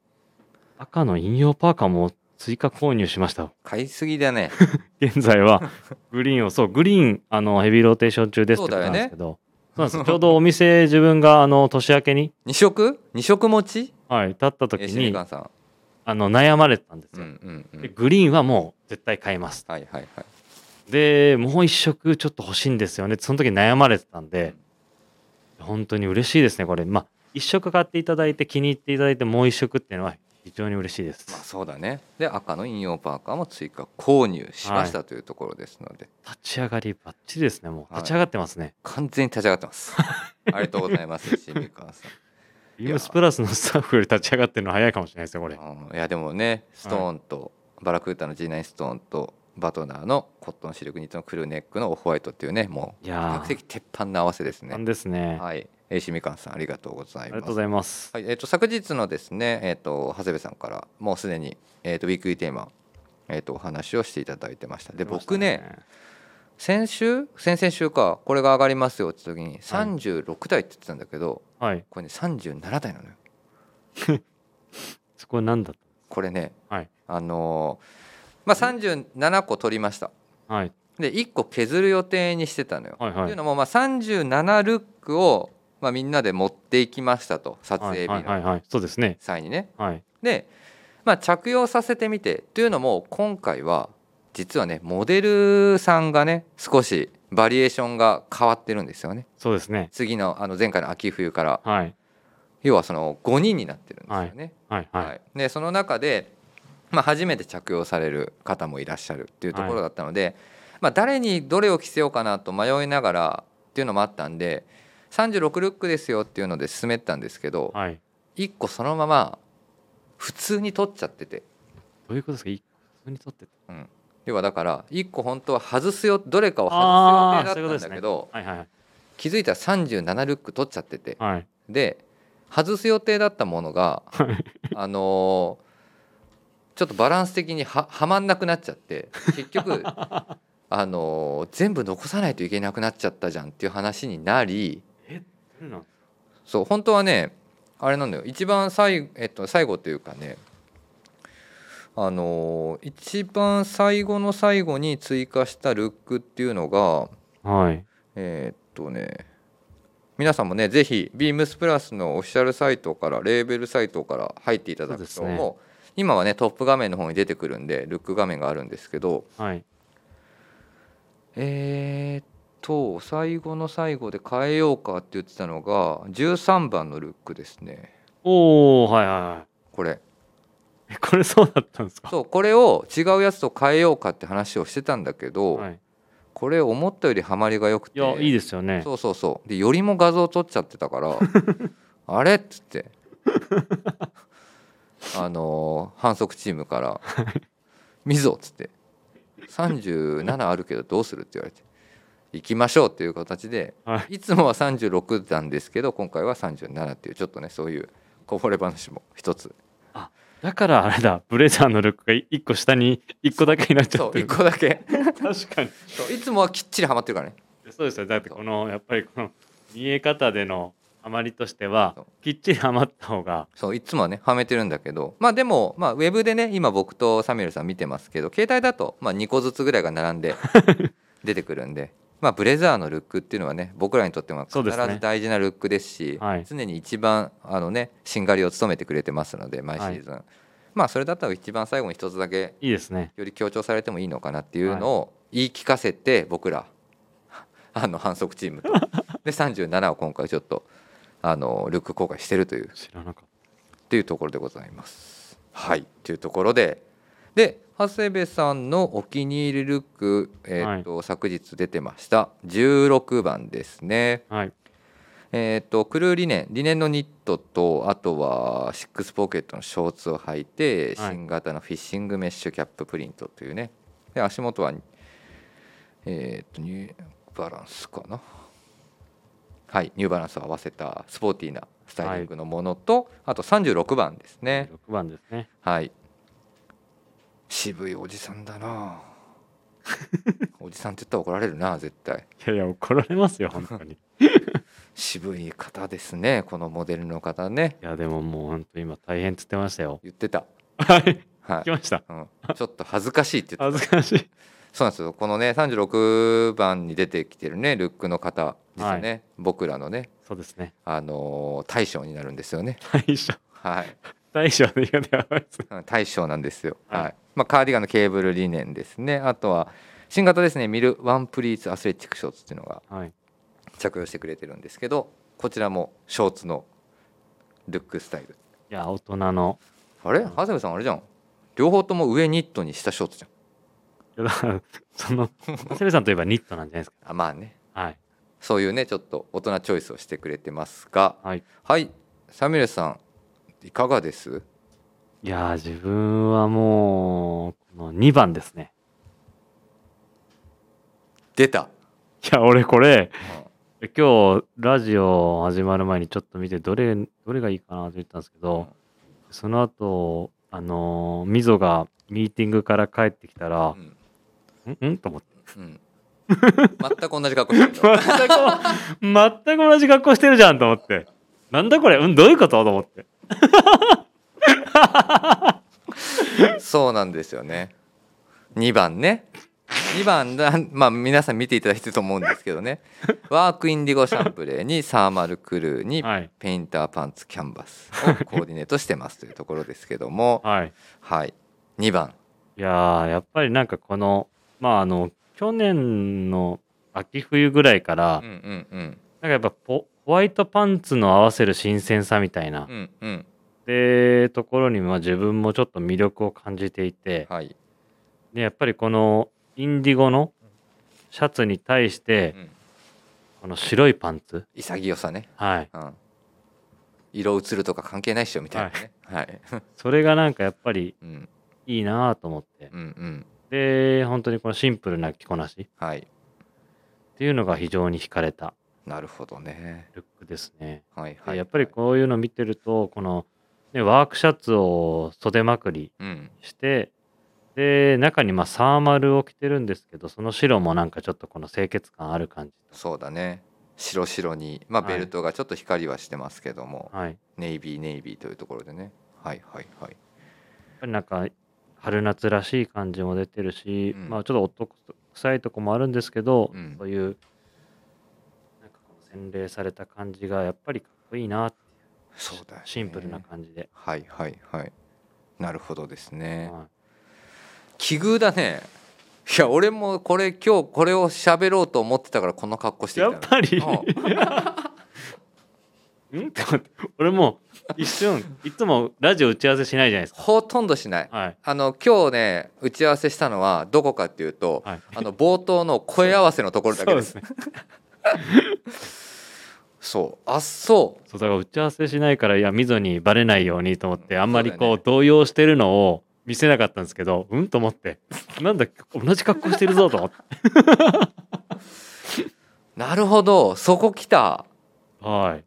Speaker 3: 赤の引用パーカーも追加購入しました。
Speaker 1: 買いすぎだね。
Speaker 3: 現在はグリーンをそうグリーンあのヘビーローテーション中ですって
Speaker 1: そうだ
Speaker 3: ことな
Speaker 1: よ
Speaker 3: ん
Speaker 1: ね
Speaker 3: ですけどそうなんですよちょうどお店自分があの年明けに、
Speaker 1: 二色？二色持ち？
Speaker 3: はい、立った時
Speaker 1: えシニ
Speaker 3: に
Speaker 1: カンさん。
Speaker 3: あの悩まれてたんです
Speaker 1: うん
Speaker 3: よ、
Speaker 1: うんう
Speaker 3: で
Speaker 1: ん。
Speaker 3: グリーンはもう絶対買います
Speaker 1: はいはいはい。
Speaker 3: でもう一色ちょっと欲しいんですよねその時悩まれてたんで、本当に嬉しいですねこれまあ一色買っていただいて気に入っていただいてもう一色っていうのは非常に嬉しいです、
Speaker 1: まあそうだね。で赤の引用パーカーも追加購入しましたというところですので、
Speaker 3: 立ち上がりバッチリですねもう
Speaker 1: はい
Speaker 3: 立ち上がってますね、
Speaker 1: 完全に立ち上がって ます。ありがとうございますシニカンさん。
Speaker 3: ビームスプラスのスタッフより立ち上がってるの早いかもしれないですよこれ
Speaker 1: うんいやでもねストーンと、バラクータの G9 ストーンとバトナーのコットンシルクニットのクルーネックのオフホワイトっていうねも
Speaker 3: いう
Speaker 1: 比
Speaker 3: や
Speaker 1: 較
Speaker 3: ー
Speaker 1: 的鉄板の合わせです
Speaker 3: なん
Speaker 1: ね。
Speaker 3: ですね、
Speaker 1: はい。えシミカンさんありがとうござ
Speaker 3: あ
Speaker 1: い
Speaker 3: り
Speaker 1: ま
Speaker 3: がと
Speaker 1: す
Speaker 3: うご。ざいます。
Speaker 1: はいえー、と昨日のですね、えー、と長谷部さんからもうすでに、えー、とウィークリーテーマ、えー、とお話をしていただいてましたで
Speaker 3: 出ました
Speaker 1: 僕ね、先週先々週かこれが上がりますよって時に36台って言ってたんだけど、
Speaker 3: はい、
Speaker 1: これね37台なのよ
Speaker 3: そこは何だっ
Speaker 1: これね
Speaker 3: たはい、
Speaker 1: あのーまあ、37個取りました
Speaker 3: はい、
Speaker 1: で1個削る予定にしてたのよ、
Speaker 3: はい、は
Speaker 1: と
Speaker 3: い
Speaker 1: いう、のも、まあ、37ルックを、まあ、みんなで持っていきましたと撮
Speaker 3: は
Speaker 1: 影
Speaker 3: い、
Speaker 1: 日
Speaker 3: はい、
Speaker 1: の
Speaker 3: はい、そうですね。
Speaker 1: 際にね、
Speaker 3: はい、
Speaker 1: で、まあ、着用させてみてというのも今回は実はねモデルさんがね少しバリエーションが変わってるんですよね
Speaker 3: そうですね。
Speaker 1: 次のあの前回の秋冬から
Speaker 3: はい、
Speaker 1: 要はその5人になってるんですよね。
Speaker 3: はい、
Speaker 1: はい
Speaker 3: はい、
Speaker 1: でその中で、まあ、初めて着用される方もいらっしゃるっていうところだったので、まあ、誰にどれを着せようかなと迷いながらっていうのもあったんで36ルックですよっていうので進めてたんですけど、
Speaker 3: はい。
Speaker 1: 1個そのまま普通に取っちゃってて
Speaker 3: どういうことですか一個普通に取って
Speaker 1: 要はだから1個本当は外すよどれかを
Speaker 3: あ
Speaker 1: 外
Speaker 3: あ
Speaker 1: す予定だったんだけど
Speaker 3: はいはいはい。
Speaker 1: 気づいたら37ルック取っちゃってて
Speaker 3: はい。
Speaker 1: で外す予定だったものがあのーちょっとバランス的にははまんなくなっちゃって結 局あのー全部残さないといけなくなっちゃったじゃんっていう話になり
Speaker 3: うんなん
Speaker 1: そう本当はねあれなんだよ一番最,、えっと、最後というかねあのー一番最後の最後に追加したルックっていうのが
Speaker 3: はい。
Speaker 1: えーっとね皆さんもねぜひビームスプラスのオフィシャルサイトからレーベルサイトから入っていただくと
Speaker 3: そうですね
Speaker 1: もう今はねトップ画面の方に出てくるんでルック画面があるんですけど
Speaker 3: はい。
Speaker 1: えーっと最後の最後で変えようかって言ってたのが13番のルックですね
Speaker 3: おおはいはいは
Speaker 1: これ
Speaker 3: い。えこれそうだったんですか
Speaker 1: そうこれを違うやつと変えようかって話をしてたんだけど、
Speaker 3: はい。
Speaker 1: これ思ったよりハマりが良く
Speaker 3: い
Speaker 1: て
Speaker 3: や、いいですよね。
Speaker 1: そうそうそうでよりも画像撮っちゃってたから あれっつって あのー反則チームから「みぞ」っつって「37あるけどどうする?」って言われて「行きましょう」っていう形で、、
Speaker 3: はい
Speaker 1: つもは36なんですけど今回は37っていうちょっとねそういうこぼれ話も一つ
Speaker 3: だからあれだ、ブレザーのルックが一個下に一個だけになっちゃ
Speaker 1: そ
Speaker 3: っ
Speaker 1: う
Speaker 3: て
Speaker 1: 1
Speaker 3: る。
Speaker 1: 個だけ
Speaker 3: 確かに。
Speaker 1: そういつもはきっちりハマってるからね
Speaker 3: そうですよ。だってこの、やっぱりこの見え方でのハマりとしては
Speaker 1: そう、
Speaker 3: きっちりハマった方が、
Speaker 1: そういつもはねはめてるんだけどまあでも、まあ、ウェブでね今僕とサミュエルさん見てますけど携帯だと、まあ、2個ずつぐらいが並ん で出てくるんで、まあ、ブレザーのルックっていうのはね僕らにとっても必
Speaker 3: そうですね
Speaker 1: ず大事なルックですし
Speaker 3: はい
Speaker 1: 常に一番あのねしんがりを務めてくれてますので毎シーズン、まあそれだったら一番最後に一つだけ
Speaker 3: いいですね。
Speaker 1: より強調されてもいいのかなっていうのを言い聞かせて僕らあの反則チー ムとで37を今回ちょっとあのルック公開してるという
Speaker 3: 知らなかっ
Speaker 1: っていうところでございます。はいというところでで長谷部さんのお気に入りルック、えーと昨日出てました16番ですね。
Speaker 3: た。はい。
Speaker 1: えー、とクルーリネンリネンのニットとあとはシックスポケットのショーツを履いて、
Speaker 3: はい
Speaker 1: 新型のフィッシングメッシュキャッププリントというねで足元はえー、とニューバランスかなはいニューバランスを合わせたスポーティーなスタイリングのものと、あと36番ですね
Speaker 3: 6番ですね。
Speaker 1: はい渋いおじさんだ なおじさんって言ったら怒られるな絶対
Speaker 3: いやいや、怒られますよ、本当に。い
Speaker 1: 渋い方ですねこのモデルの方ね
Speaker 3: や、でももう本当今大変っつってましたよ。
Speaker 1: 言ってた
Speaker 3: はい。
Speaker 1: は
Speaker 3: 来
Speaker 1: い、
Speaker 3: ました。
Speaker 1: うん、ちょっと恥ずかしいって言って
Speaker 3: 恥ずかしい。
Speaker 1: そうなんですよこのね36番に出てきてるねルックの方実はね、僕らのね、
Speaker 3: そうですね。
Speaker 1: あのー大将になるんですよね
Speaker 3: 大将。
Speaker 1: はい
Speaker 3: 大将で言うのやばいですね。
Speaker 1: うん大将なんですよ、
Speaker 3: は
Speaker 1: はいいまあ、カーディガンのケーブルリネンですねあとは新型ですねミルワンプリーツアスレチックショーツっていうのが
Speaker 3: はい。
Speaker 1: 着用してくれてるんですけどこちらもショーツのルックスタイル
Speaker 3: いや、大人の。
Speaker 1: あれ長谷部さんあれじゃん両方とも上ニットに下ショーツじゃん
Speaker 3: いやだからその、長谷部さんといえばニットなんじゃないです
Speaker 1: あまあね
Speaker 3: か。はい。
Speaker 1: そういうねちょっと大人チョイスをしてくれてますが
Speaker 3: はい。
Speaker 1: はいサミュエルさんいかがです
Speaker 3: いやー、自分はもう、この2番ですね。
Speaker 1: 出た、
Speaker 3: いや、俺これ、
Speaker 1: うん
Speaker 3: 今日、ラジオ始まる前にちょっと見て、どれ、どれがいいかなと言ったんですけど、その後、あのー、みぞがミーティングから帰ってきたら
Speaker 1: う、ん
Speaker 3: んんと思って。
Speaker 1: うん、 全く同じ格好してるよ
Speaker 3: 全く、全く同じ格好してるじゃんと思って。なんだこれうん、どういうことと思って。
Speaker 1: そうなんですよね2番ね2番だまあ皆さん見ていただいてると思うんですけど ねワークインディゴシャンプレーにサーマルクルーに
Speaker 3: はい。
Speaker 1: ペインターパンツキャンバスをコーディネートしてますというところですけども
Speaker 3: はい。
Speaker 1: はい2番
Speaker 3: いやー、やっぱりなんかこの、まああの、去年の秋冬ぐらいから、
Speaker 1: うんうんうん
Speaker 3: なんかやっぱポホワイトパンツの合わせる新鮮さみたいな、
Speaker 1: うんうん
Speaker 3: でところにまあ自分もちょっと魅力を感じていて、
Speaker 1: はい、
Speaker 3: でやっぱりこのインディゴのシャツに対して
Speaker 1: う、ん、
Speaker 3: ここの白いパンツ
Speaker 1: 潔さね、
Speaker 3: はい
Speaker 1: うん、色移るとか関係ないっしょみたいなね、はい、
Speaker 3: それがなんかやっぱり
Speaker 1: うん
Speaker 3: いいなぁと思って
Speaker 1: うんうん
Speaker 3: で本当にこのシンプルな着こなし
Speaker 1: はい
Speaker 3: っていうのが非常に惹かれた
Speaker 1: なるほどね
Speaker 3: ルックですね
Speaker 1: はい
Speaker 3: で
Speaker 1: はい
Speaker 3: やっぱりこういうの見てるとこの、ね、ワークシャツを袖まくり
Speaker 1: うん
Speaker 3: してで中にまあサーマルを着てるんですけどその白もなんかちょっとこの清潔感ある感じ
Speaker 1: そうだね白白に、まあ、
Speaker 3: はい
Speaker 1: ベルトがちょっと光はしてますけども、
Speaker 3: はいや
Speaker 1: ネイビーネイビーというところでねはいはいはい
Speaker 3: っぱりなんか春夏らしい感じも出てるし、
Speaker 1: うん
Speaker 3: まあちょっと男臭いとこもあるんですけど、
Speaker 1: うん
Speaker 3: そういうなんかこの洗練された感じがやっぱりかっこいいなって
Speaker 1: そうだよね
Speaker 3: シンプルな感じで、
Speaker 1: はいはいはいなるほどですね
Speaker 3: は
Speaker 1: 奇遇だねいや俺もこれ今日これを喋ろうと思ってたからこの格好し
Speaker 3: い
Speaker 1: てき
Speaker 3: や
Speaker 1: た
Speaker 3: っぱり
Speaker 1: のうん
Speaker 3: ん って思って俺もう一瞬いつもラジオ打ち合わせしないじゃないですか
Speaker 1: ほとんどしない
Speaker 3: はい
Speaker 1: あの今日ね打ち合わせしたのはどこかっていうと、
Speaker 3: はい
Speaker 1: あの冒頭の声合わせのところだけ
Speaker 3: そ
Speaker 1: で
Speaker 3: うですすね
Speaker 1: そうあそう
Speaker 3: そうだから打ち合わせしないからいや溝にバレないようにと思ってあんまりこ
Speaker 1: そうう
Speaker 3: 動揺してるのを見せなかったんですけどうんと思ってなんだ同じ格好してるぞと思って
Speaker 1: なるほどそこ来た
Speaker 3: は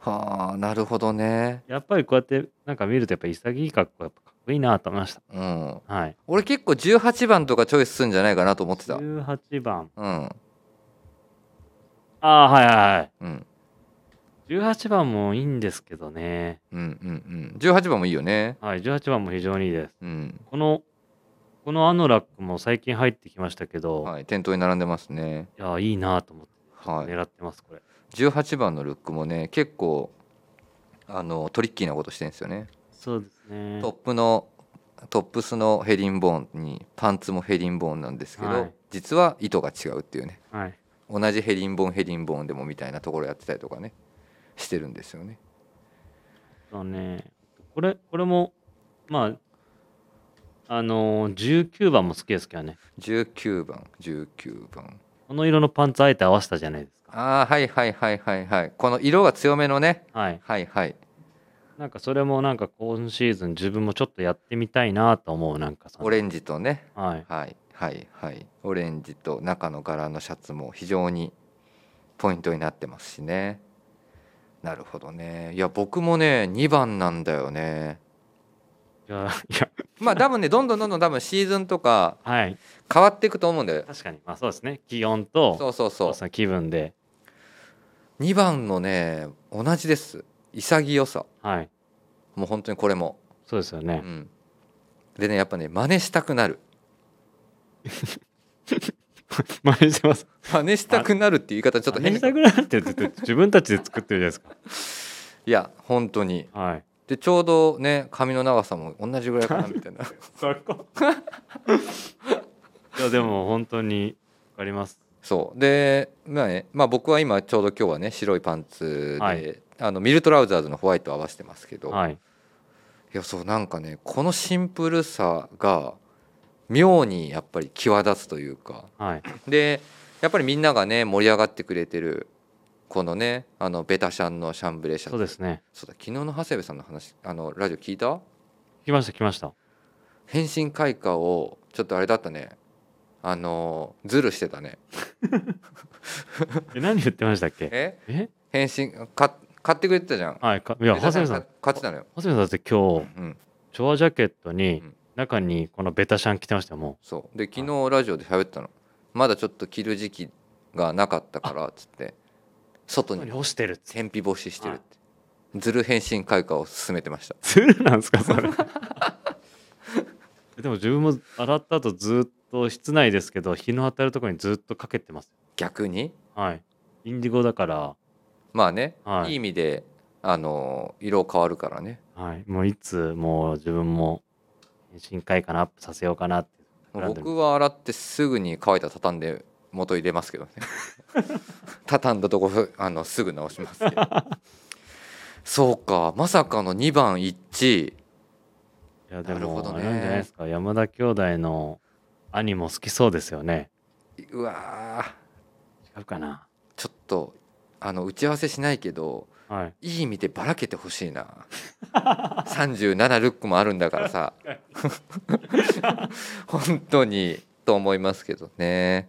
Speaker 1: はあなるほどね
Speaker 3: いやっぱりこうやってなんか見るとやっぱ潔い格好やっぱかっこいいなと思いました
Speaker 1: うん
Speaker 3: はい
Speaker 1: 俺結構18番とかチョイスするんじゃないかなと思ってたうん
Speaker 3: 18番
Speaker 1: うん
Speaker 3: ああはいはいはい
Speaker 1: うん
Speaker 3: 18番もいいんですけどね
Speaker 1: うんうん18番もいいよね
Speaker 3: はい18番も非常にいいです
Speaker 1: うん
Speaker 3: このこのアノラックも最近入ってきましたけど、
Speaker 1: はい店頭に並んでますね
Speaker 3: い、やいいなと思って
Speaker 1: はい
Speaker 3: 狙ってますこれ
Speaker 1: 18番のルックもね結構あのトリッキーなことしてるんですよね
Speaker 3: そうですね
Speaker 1: トップのトップスのヘリンボーンにパンツもヘリンボーンなんですけど、
Speaker 3: はい
Speaker 1: 実は糸が違うっていうね
Speaker 3: はい
Speaker 1: 同じヘリンボーンヘリンボーンでもみたいなところやってたりとかねしてるんですよね
Speaker 3: そうね。これ、これも、まあ、あのー、19番も好きですけどね。
Speaker 1: 19番19番
Speaker 3: この色のパンツあえて合わせたじゃないですか。
Speaker 1: ああはいはいはいはいはいこの色が強めのね
Speaker 3: はい。
Speaker 1: はいはい
Speaker 3: なんかそれもなんか今シーズン自分もちょっとやってみたいなと思う、なんかさ。
Speaker 1: オレンジとね
Speaker 3: はい。
Speaker 1: はいはいはいオレンジと中の柄のシャツも非常にポイントになってますしねなるほどねいや僕もね2番なんだよね
Speaker 3: いや、いや
Speaker 1: まあ多分ねどんどんどんどん多分シーズンとか
Speaker 3: はい。
Speaker 1: 変わっていくと思うんだよ
Speaker 3: 確かに。まあそうですね。気温と、
Speaker 1: そうそうそう
Speaker 3: そう気分で。
Speaker 1: 2番のね同じです潔さ
Speaker 3: はい。
Speaker 1: もう本当にこれも、
Speaker 3: そうですよ
Speaker 1: う
Speaker 3: ね。
Speaker 1: ん、でねやっぱね真似したくなる
Speaker 3: 真似してます。
Speaker 1: 真似したくなるっていう言い方ちょっと
Speaker 3: 真
Speaker 1: 変
Speaker 3: 似したくなるって言って自分たちで作ってるじゃないですか。
Speaker 1: いや本当に
Speaker 3: はい。
Speaker 1: でちょうどね髪の長さも同じぐらいか なみたいな
Speaker 3: そこ。いや、でも本当にわかります。
Speaker 1: そうで、まあねまあ、僕は今ちょうど今日はね白いパンツで、
Speaker 3: はい
Speaker 1: あのミルトラウザーズのホワイトを合わせてますけど、
Speaker 3: はい。
Speaker 1: いやそうなんかねこのシンプルさが妙にやっぱり際立つというか
Speaker 3: はい。
Speaker 1: でやっぱりみんながね盛り上がってくれてるこのねあのベタシャンのシャンブレーシャン
Speaker 3: そうですね。
Speaker 1: そうだ昨日の長谷部さんの話あのラジオ聞いた
Speaker 3: 来ました、来ました。
Speaker 1: 変身開花をちょっとあれだったねあのズルしてたね
Speaker 3: え、何言ってましたっけ。
Speaker 1: え
Speaker 3: え、
Speaker 1: 変身か買ってくれてたじゃん
Speaker 3: はい、か、いや、
Speaker 1: ベタ
Speaker 3: 長
Speaker 1: シャ
Speaker 3: 谷
Speaker 1: ン
Speaker 3: 部さん、
Speaker 1: か買ってたのよ、
Speaker 3: 長谷部さんだって、今日、
Speaker 1: うん、
Speaker 3: チョアジャケットに
Speaker 1: うん。
Speaker 3: 中に、このベタシャン着てましたよ、も
Speaker 1: そうで昨日ラジオで喋ったのまだちょっと着る時期がなかったからっつって
Speaker 3: う。
Speaker 1: 外に
Speaker 3: 干してるっつ。
Speaker 1: 天日干ししてるってズル変身開花を進めてました
Speaker 3: ズルなんですか、それ。 えでも、自分も洗った後、ずっと室内ですけど、日の当たるところにずっとかけてます。
Speaker 1: 逆に
Speaker 3: はい。インディゴだから。
Speaker 1: まあね、
Speaker 3: は
Speaker 1: い、
Speaker 3: い
Speaker 1: い意味であの色変わるからね
Speaker 3: はい、もういつ、もう、自分も。深海かな、アップさせようかなって。選んでる
Speaker 1: 僕は洗ってすぐに乾いたら畳んで元入れます けどね畳んだとこあのすぐ直しますけど そうかまさかの2番一致
Speaker 3: いや、で
Speaker 1: なるほ
Speaker 3: も、
Speaker 1: ど
Speaker 3: あ
Speaker 1: ね
Speaker 3: れなんじゃないですか、山田兄弟の。兄も好きそうですよね。
Speaker 1: うわー
Speaker 3: 違うかな。
Speaker 1: ちょっとあの打ち合わせしないけど
Speaker 3: はい。
Speaker 1: いい意味でばらけてほしいな 37ルックもあるんだからさ本当にと思いますけどね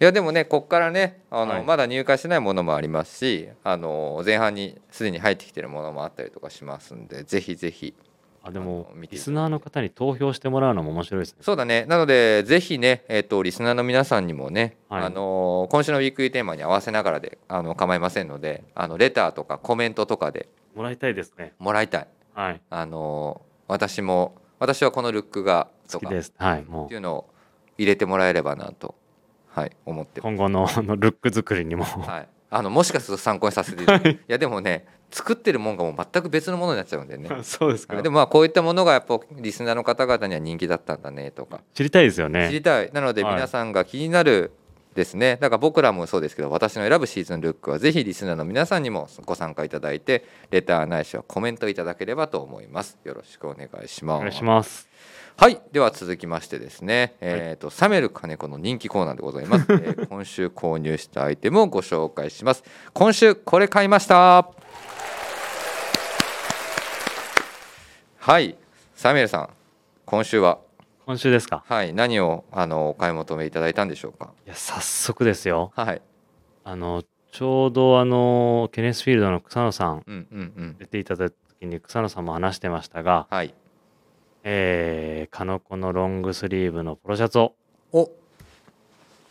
Speaker 1: いやでもねこっからねあの、
Speaker 3: はい
Speaker 1: まだ入荷してないものもありますしあの前半にすでに入ってきてるものもあったりとかしますんでぜひぜひ
Speaker 3: あ、でも
Speaker 1: あの、見ていただいて
Speaker 3: リスナーの方に投票してもらうのも面白いですね。
Speaker 1: そうだねなのでぜひねえっ、とリスナーの皆さんにもね、
Speaker 3: はい
Speaker 1: あの今週のウィークリーテーマに合わせながらであの構いませんのであのレターとかコメントとかで
Speaker 3: もらいたいですね。
Speaker 1: もらいたい
Speaker 3: はい。
Speaker 1: あの私も私はこのルックがと
Speaker 3: 好き
Speaker 1: か
Speaker 3: で
Speaker 1: っ
Speaker 3: す。はい。も
Speaker 1: て
Speaker 3: う、
Speaker 1: いうのを入れてもらえればなと、はい、思ってます、
Speaker 3: 今後のあのルック作りにも。
Speaker 1: はい、あのもしかすると参考にさせていただくいやでもね作ってるもんがもう全く別のものになっちゃうんで ね、
Speaker 3: そうです
Speaker 1: はい
Speaker 3: か
Speaker 1: で。もまあこういったものがやっぱリスナーの方々には人気だったんだねとか
Speaker 3: 知りたいですよ
Speaker 1: 知
Speaker 3: ね。
Speaker 1: りたいなので
Speaker 3: はい
Speaker 1: 皆さんが気になるですね、だから僕らもそうですけど私の選ぶシーズンルックはぜひリスナーの皆さんにもご参加いただいてレターないしはコメントいただければと思いますよろしくお願いし
Speaker 3: お
Speaker 1: ま
Speaker 3: 願いし
Speaker 1: す
Speaker 3: ます。
Speaker 1: はいでは続きましてですね、えー、とサメル金子の人気コーナーでござい ます、えー今週購入したアイテムをご紹介します今週これ買いましたはいサメルさん今週は
Speaker 3: 今週ですか。
Speaker 1: はい、何をあのお買い求めいただいたんでしょうか。
Speaker 3: いや、早速ですよ。
Speaker 1: はい、
Speaker 3: あの、ちょうどあの、ケネスフィールドの草野さん
Speaker 1: うんうんうん、
Speaker 3: 出ていただいた時に草野さんも話してましたが、
Speaker 1: はい。
Speaker 3: えー、カノコのロングスリーブのポロシャツを
Speaker 1: お、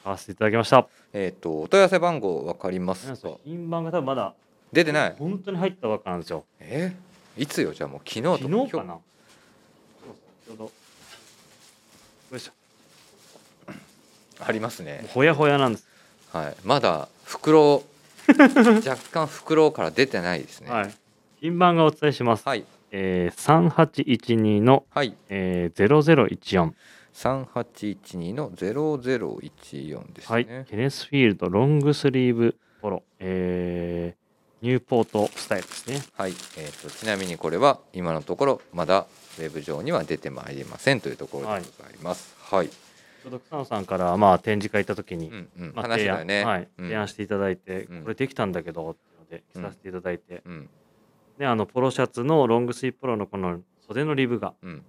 Speaker 3: 買わせていただきました。
Speaker 1: えっ、とお問い合わせ番号わかりますか。
Speaker 3: 品番が多分まだ
Speaker 1: 出てない。
Speaker 3: 本当に入ったばっかなんですよ。
Speaker 1: えーいつよじゃあもう昨日と
Speaker 3: 昨日かな
Speaker 1: 今
Speaker 3: そうそうちょうど。よいしょ。
Speaker 1: 日あります
Speaker 3: もう
Speaker 1: ね。
Speaker 3: ほやほやなんです。
Speaker 1: はい、まだ 袋若干袋から出てないですね。
Speaker 3: はい。品番がお伝えします。
Speaker 1: はい
Speaker 3: えー、3812の、
Speaker 1: はい。
Speaker 3: えー、0014。
Speaker 1: 三八一二のゼロゼロ一四です
Speaker 3: はい。
Speaker 1: ね。
Speaker 3: ケネスフィールドロングスリーブポロ。えー、ニューポートスタイルですね。
Speaker 1: はい、えー、とちなみにこれは今のところまだウェブ上には出てまいりませんというところでございます。はい、
Speaker 3: ちょうど草野さんから、まあ、展示会行った時に、
Speaker 1: うんうん、
Speaker 3: まあ
Speaker 1: 話
Speaker 3: 提
Speaker 1: だ
Speaker 3: 案
Speaker 1: よね。
Speaker 3: はい、
Speaker 1: うん
Speaker 3: 提案していただいて、
Speaker 1: うん
Speaker 3: これできたんだけどっていうので
Speaker 1: う
Speaker 3: 着
Speaker 1: ん
Speaker 3: させていただいて、
Speaker 1: うん
Speaker 3: ねあのポロシャツのロングスリーブポロのこの袖のリブが
Speaker 1: うん、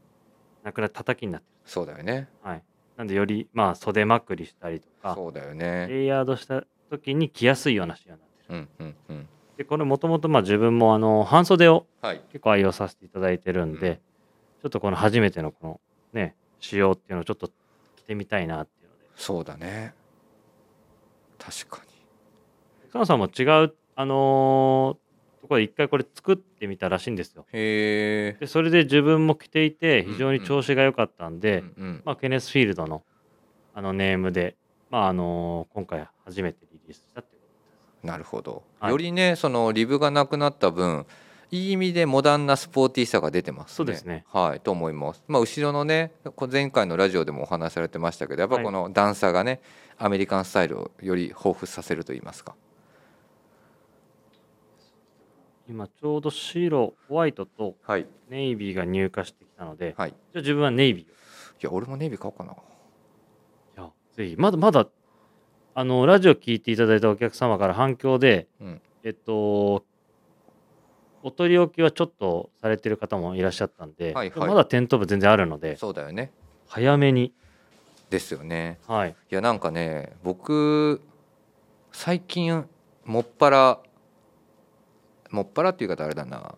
Speaker 3: なくなって叩きになって
Speaker 1: そうだよね。
Speaker 3: る、はい、なんでよりまあ袖まくりしたりとか
Speaker 1: そうだよね。
Speaker 3: レイヤードした時に着やすいような仕様になってる
Speaker 1: うんうんうん。
Speaker 3: でこれもともとまあ自分もあの半袖を
Speaker 1: はい。
Speaker 3: 結構愛用させていただいてるんで、
Speaker 1: うん
Speaker 3: ちょっとこの初めてのこのね仕様っていうのをちょっと着てみたいなっていうので
Speaker 1: そうだね。確かに。
Speaker 3: 草野さんも違うあのーところで一回これ作ってみたらしいんですよ
Speaker 1: へえ。
Speaker 3: でそれで自分も着ていて
Speaker 1: うん
Speaker 3: 非常に調子が良かったんで、
Speaker 1: うんうん。
Speaker 3: まあ、ケネスフィールドのあのネームで、まああの今回初めてリリースしたっていう
Speaker 1: なるほど。
Speaker 3: はい
Speaker 1: よりね、そのリブがなくなった分。いい意味でモダンなスポーティーさが出てますね。
Speaker 3: そうですね
Speaker 1: はい、と思います。まあ、後ろのね、こ前回のラジオでもお話しされてましたけど、やっぱ
Speaker 3: はい
Speaker 1: この段差がね。アメリカンスタイルをより豊富させると言いますか。
Speaker 3: 今ちょうど白ホワイトと
Speaker 1: はい。
Speaker 3: ネイビーが入荷してきたので、
Speaker 1: はい。い
Speaker 3: じゃあ自分はネイビーを
Speaker 1: や、俺もネイビー買おうかな。
Speaker 3: いやぜひまだまだあのラジオ聞いていただいたお客様から反響で、
Speaker 1: うん
Speaker 3: えっとお取り置きはちょっとされてる方もいらっしゃったんで、
Speaker 1: はいはい
Speaker 3: まだ店頭部全然あるので
Speaker 1: そうだよね。
Speaker 3: 早めに
Speaker 1: ですよね。
Speaker 3: はい
Speaker 1: いやなんかね僕最近もっぱらもっぱらっていう言い方あれだな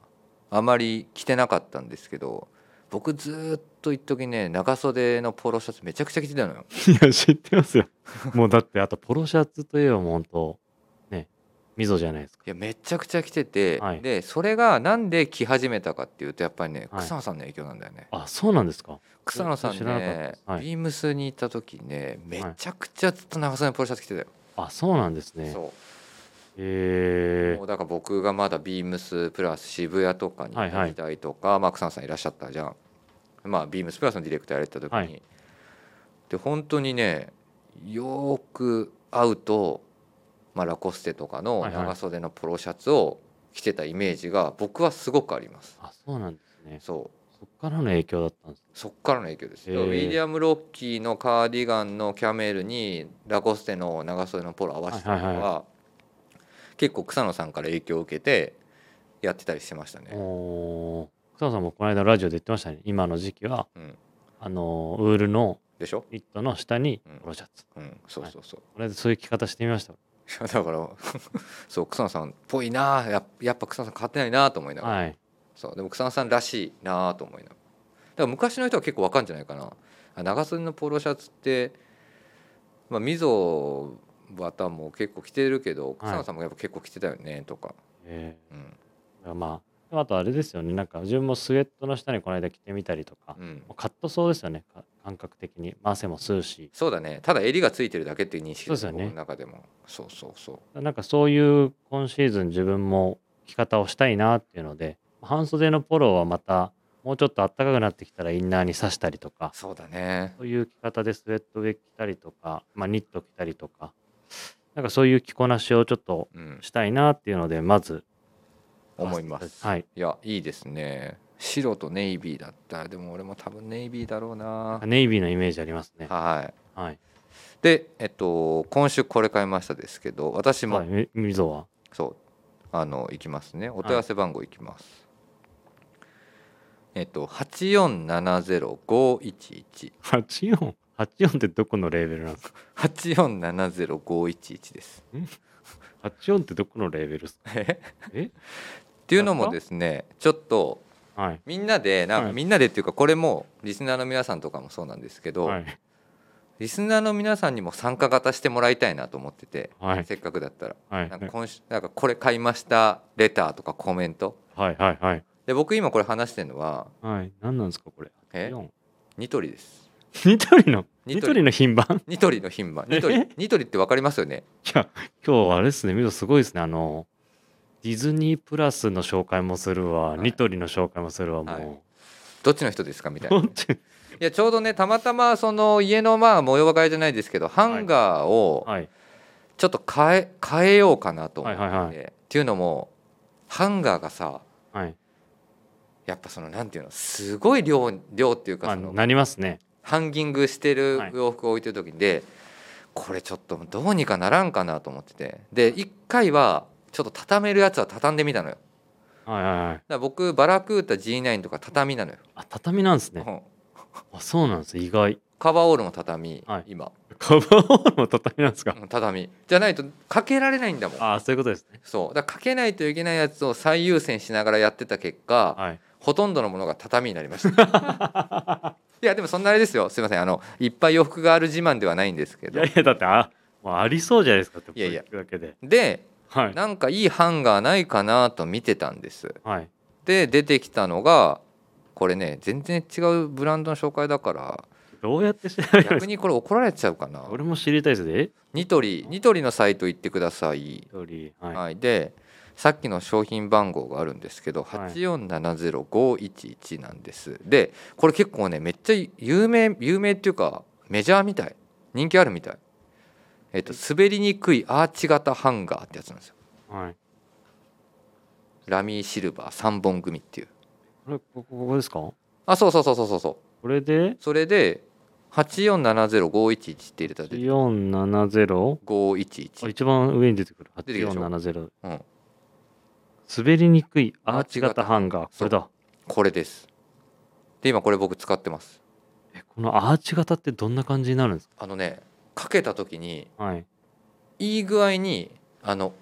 Speaker 1: あまり着てなかったんですけど僕ずーっと一時ね長袖のポロシャツめちゃくちゃ着てたのよ
Speaker 3: いや知ってますよ もうだってあとポロシャツといえばもう本当ね溝じゃないですか
Speaker 1: いやめちゃくちゃ着てて、
Speaker 3: はい
Speaker 1: でそれがなんで着始めたかっていうとやっぱりね
Speaker 3: はい
Speaker 1: 草野さんの影響なんだよね、
Speaker 3: あそうなんですか
Speaker 1: 草野さん
Speaker 3: 知らなかった
Speaker 1: ね
Speaker 3: です、はい
Speaker 1: ビームスに行った時ねめちゃくちゃずっと長袖のポロシャツ着てたよ、
Speaker 3: あそうなんですね
Speaker 1: そう
Speaker 3: え
Speaker 1: もうだから僕がまだビームスプラス渋谷とかにい
Speaker 3: はいは
Speaker 1: た
Speaker 3: い
Speaker 1: 時代とか、まあ草野さんいらっしゃったじゃん、まあ、ビームスプラスのディレクターやれてた時に、
Speaker 3: はい
Speaker 1: で本当にねよーく会うと、まあ、ラコステとかの
Speaker 3: はいはい
Speaker 1: 長袖のポロシャツを着てたイメージが僕はすごくあります。
Speaker 3: あそうなんですね
Speaker 1: そう
Speaker 3: そっからの影響だったんです
Speaker 1: そっからの影響です、
Speaker 3: へー
Speaker 1: ウィリアム・ロッキーのカーディガンのキャメルにラコステの長袖のポロ合わせたのは,、
Speaker 3: はいはい
Speaker 1: 結構草野さんから影響を受けてやってたりしてましたね。
Speaker 3: おー草野さんもこの間ラジオで言ってましたね今の時期は
Speaker 1: うん、
Speaker 3: あのウールの
Speaker 1: でしょ、
Speaker 3: ニットの下に
Speaker 1: うん
Speaker 3: ポロシャツ、
Speaker 1: うん、そうそうそう。
Speaker 3: これでそういう着方してみました
Speaker 1: いやだから そう草野さんっぽいなやっやっぱ草野さん変わってないなと思いながら、
Speaker 3: はい
Speaker 1: そうでも草野さんらしいなと思いながらだから昔の人は結構わかるんじゃないかなあ長袖のポロシャツって、まあ、溝端も結構着てるけど
Speaker 3: はい
Speaker 1: 草野さんもやっぱ結構着てたよねとか、
Speaker 3: え
Speaker 1: うん
Speaker 3: ーまああとあれですよねなんか自分もスウェットの下にこの間着てみたりとか、
Speaker 1: うん
Speaker 3: もうカットそうですよねか感覚的にまあ汗も吸うし
Speaker 1: そうだねただ襟がついてるだけっていう認識
Speaker 3: そうですよね
Speaker 1: 僕の中でもそうそうそう
Speaker 3: なんかそういう今シーズン自分も着方をしたいなっていうので半袖のポロはまたもうちょっと暖かくなってきたらインナーに刺したりとか
Speaker 1: そうだね
Speaker 3: そういう着方でスウェット上着たりとか、まあ、ニット着たりとかなんかそういう着こなしをちょっと
Speaker 1: うん
Speaker 3: したいなっていうのでまず
Speaker 1: 思います、
Speaker 3: はい、
Speaker 1: いやいいですね白とネイビーだったらでも俺も多分ネイビーだろうな
Speaker 3: ネイビーのイメージありますね
Speaker 1: はい
Speaker 3: はい
Speaker 1: で、えっと、今週これ買いましたですけど私も、
Speaker 3: はいみみぞは
Speaker 1: そうあの行きますねお問い合わせ番号いきます、えっと8470511
Speaker 3: 8484ってどこのレーベルなんですか
Speaker 1: 8470511です
Speaker 3: 84ってどこのレーベルですか
Speaker 1: え
Speaker 3: え
Speaker 1: っていうのもですねちょっと
Speaker 3: はい
Speaker 1: みんなでなんか、
Speaker 3: はい
Speaker 1: みんなでっていうかこれもリスナーの皆さんとかもそうなんですけど、
Speaker 3: はい
Speaker 1: リスナーの皆さんにも参加型してもらいたいなと思ってて、
Speaker 3: はい
Speaker 1: せっかくだったら、
Speaker 3: はい
Speaker 1: なんか今週なんかこれ買いましたレターとかコメント
Speaker 3: はいはいはい
Speaker 1: で僕今これ話してるのは
Speaker 3: はい何なんです かこれ
Speaker 1: え
Speaker 3: 84
Speaker 1: ニトリです
Speaker 3: ニトリの
Speaker 1: ニトリ
Speaker 3: ニトリの品番
Speaker 1: ニトリの牝馬ニトリ
Speaker 3: え
Speaker 1: ニトリってわかりますよね
Speaker 3: いや今日はあれですねみぞすごいですねあのディズニープラスの紹介もするわ、
Speaker 1: い
Speaker 3: ニトリの紹介もするわ
Speaker 1: はい
Speaker 3: も
Speaker 1: どっちの人ですかみたい
Speaker 3: う、
Speaker 1: な、
Speaker 3: どっち
Speaker 1: いやちょうどねたまたまその家のまあ模様替えじゃないですけどハンガーを
Speaker 3: はい
Speaker 1: ちょっと変え変えようかなと思って、
Speaker 3: はいはいはい
Speaker 1: っていうのもハンガーがさ
Speaker 3: はい
Speaker 1: やっぱそのなんていうのすごい量量っていうか
Speaker 3: まあ
Speaker 1: その
Speaker 3: なりますね
Speaker 1: ハンギングしてる
Speaker 3: はい
Speaker 1: 洋服を置いてる時にでこれちょっとどうにかならんかなと思っててで1回はちょっと畳めるやつは畳んでみたのよだか
Speaker 3: はいはいはい
Speaker 1: ら僕バラクータ G9 とか畳なのよ、
Speaker 3: あ畳なんですね
Speaker 1: うん
Speaker 3: あそうなんです意外
Speaker 1: カバーオールも畳、
Speaker 3: はい
Speaker 1: 今
Speaker 3: カバーオールも畳なんですか
Speaker 1: うん畳じゃないとかけられないんだもん
Speaker 3: ああそういうことですね
Speaker 1: そうだからかけないといけないやつを最優先しながらやってた結果、
Speaker 3: はい
Speaker 1: ほとんどのものが畳になりましたい やでもそんなあれですよすいませんあのいっぱい洋服がある自慢ではないんですけ
Speaker 3: い
Speaker 1: ど
Speaker 3: やいやだってあもうありそうじゃないですかって
Speaker 1: いやいや
Speaker 3: これ聞くだけで
Speaker 1: で
Speaker 3: はい
Speaker 1: なんかいいハンガーないかなと見てたんです
Speaker 3: はい
Speaker 1: で出てきたのがこれね全然違うブランドの紹介だ から
Speaker 3: どうやって調べるんです
Speaker 1: 逆にこれ怒られちゃうかな
Speaker 3: か俺も知りたいですねえ
Speaker 1: ニトリニトリのサイト行ってください
Speaker 3: ニトリはい
Speaker 1: はい、でさっきの商品番号があるんですけど、
Speaker 3: はい
Speaker 1: 8470511なんですでこれ結構ねめっちゃ有名有名っていうかメジャーみたい人気あるみたいえっと滑りにくいアーチ型ハンガーってやつなんですよ
Speaker 3: はい
Speaker 1: ラミーシルバー3本組っていう
Speaker 3: これここここですかこ
Speaker 1: あそうそうそうそうそうそう
Speaker 3: れで
Speaker 1: それで8470511って入れたら出て
Speaker 3: 470
Speaker 1: 511
Speaker 3: あ一番上に出てくる
Speaker 1: 出てくるでしょ
Speaker 3: 8470
Speaker 1: うん
Speaker 3: 滑りにくいアーチ型
Speaker 1: アーチ型
Speaker 3: ハンガーこれだ
Speaker 1: これですで今これ僕使ってます
Speaker 3: えこのアーチ型ってどんな感じになるんです
Speaker 1: あのねかけた時に
Speaker 3: か、はい、
Speaker 1: いい具合にあの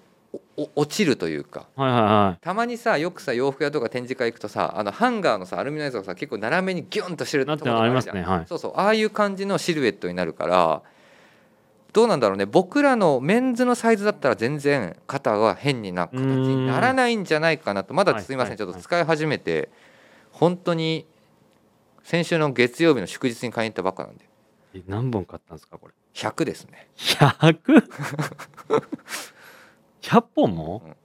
Speaker 1: おお落ちるというか
Speaker 3: はいはいは
Speaker 1: たまにさよくさ洋服屋とか展示会行くとさあのハンガーのさアルミのやつがさ結構斜めにギュンとしてる
Speaker 3: いな
Speaker 1: とこ
Speaker 3: って
Speaker 1: と
Speaker 3: の
Speaker 1: か
Speaker 3: あり
Speaker 1: る
Speaker 3: ま
Speaker 1: じ
Speaker 3: す
Speaker 1: ゃん
Speaker 3: ねはい
Speaker 1: そうそうああいう感じのシルエットになるからどうなんだろうね僕らのメンズのサイズだったら全然肩が変にな形にならないんじゃないかなとま
Speaker 3: は
Speaker 1: だ
Speaker 3: い
Speaker 1: すいません
Speaker 3: はい
Speaker 1: ちょっと使い始めて本当に先週の月曜日の祝日に買いに行ったばっかなんで
Speaker 3: え何本買ったんですかこれ
Speaker 1: 100ですね
Speaker 3: 100?100 本も、
Speaker 1: うん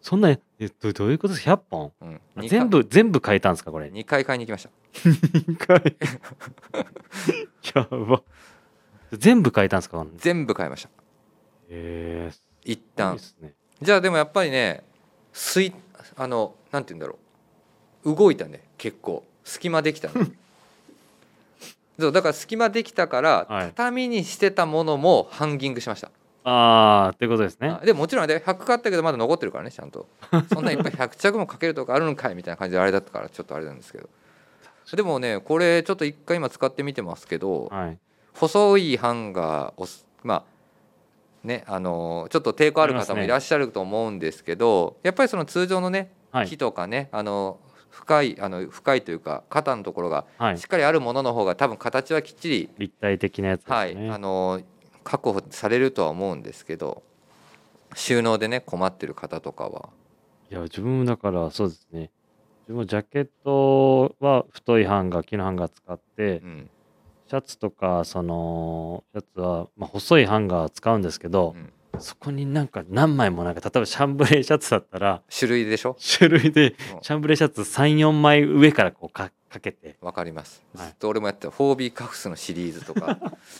Speaker 3: そんなえどどういうことですか100本
Speaker 1: うん
Speaker 3: あ全部全部買えたんですかこれ
Speaker 1: 2回買いに行きました
Speaker 3: 2回 やば全部買えたんですか
Speaker 1: 全部買いました
Speaker 3: えー、す
Speaker 1: 一
Speaker 3: ごい
Speaker 1: 旦
Speaker 3: ですね
Speaker 1: じゃあでもやっぱりねすいあのなんて言うんだろう動いたね結構隙間できた ねそうだから隙間できたから、
Speaker 3: はい
Speaker 1: 畳にしてたものもハンギングしました
Speaker 3: ああ、ということですね
Speaker 1: あ。でももちろんね100買ったけどまだ残ってるからねちゃんとそんないっぱい100着もかけるとかあるのかいみたいな感じであれだったからちょっとあれなんですけどでもねこれちょっと一回今使ってみてますけど、
Speaker 3: はい。
Speaker 1: 細いハンガーをすまあねあのーちょっと抵抗ある
Speaker 3: あります
Speaker 1: 方も
Speaker 3: ね
Speaker 1: いらっしゃると思うんですけどやっぱりその通常のね
Speaker 3: はい
Speaker 1: 木。とかね、あの深いあの深いというか肩のところが
Speaker 3: はい
Speaker 1: しっ。かりあるものの方が多分形はきっちり、
Speaker 3: 立体的なやつです
Speaker 1: はい
Speaker 3: ね。
Speaker 1: あのー確保されるとは思うんですけど収納でね困ってる方とかは。
Speaker 3: いや、自分もだからそうですね。自分もジャケットは太いハンガー、木のハンガー使って
Speaker 1: う、ん
Speaker 3: シャツとか、その、シャツは、まあ、細いハンガー使うんですけど
Speaker 1: う、ん
Speaker 3: そこになんか何枚もなんか、例えばシャンブレーシャツだったら、
Speaker 1: 種類でしょ
Speaker 3: 種類で
Speaker 1: うん
Speaker 3: シャンブレーシャツ3、4枚上からこうかかけて、
Speaker 1: わかります、
Speaker 3: はい
Speaker 1: ずっと俺もやってたフォービーカフスのシリーズと か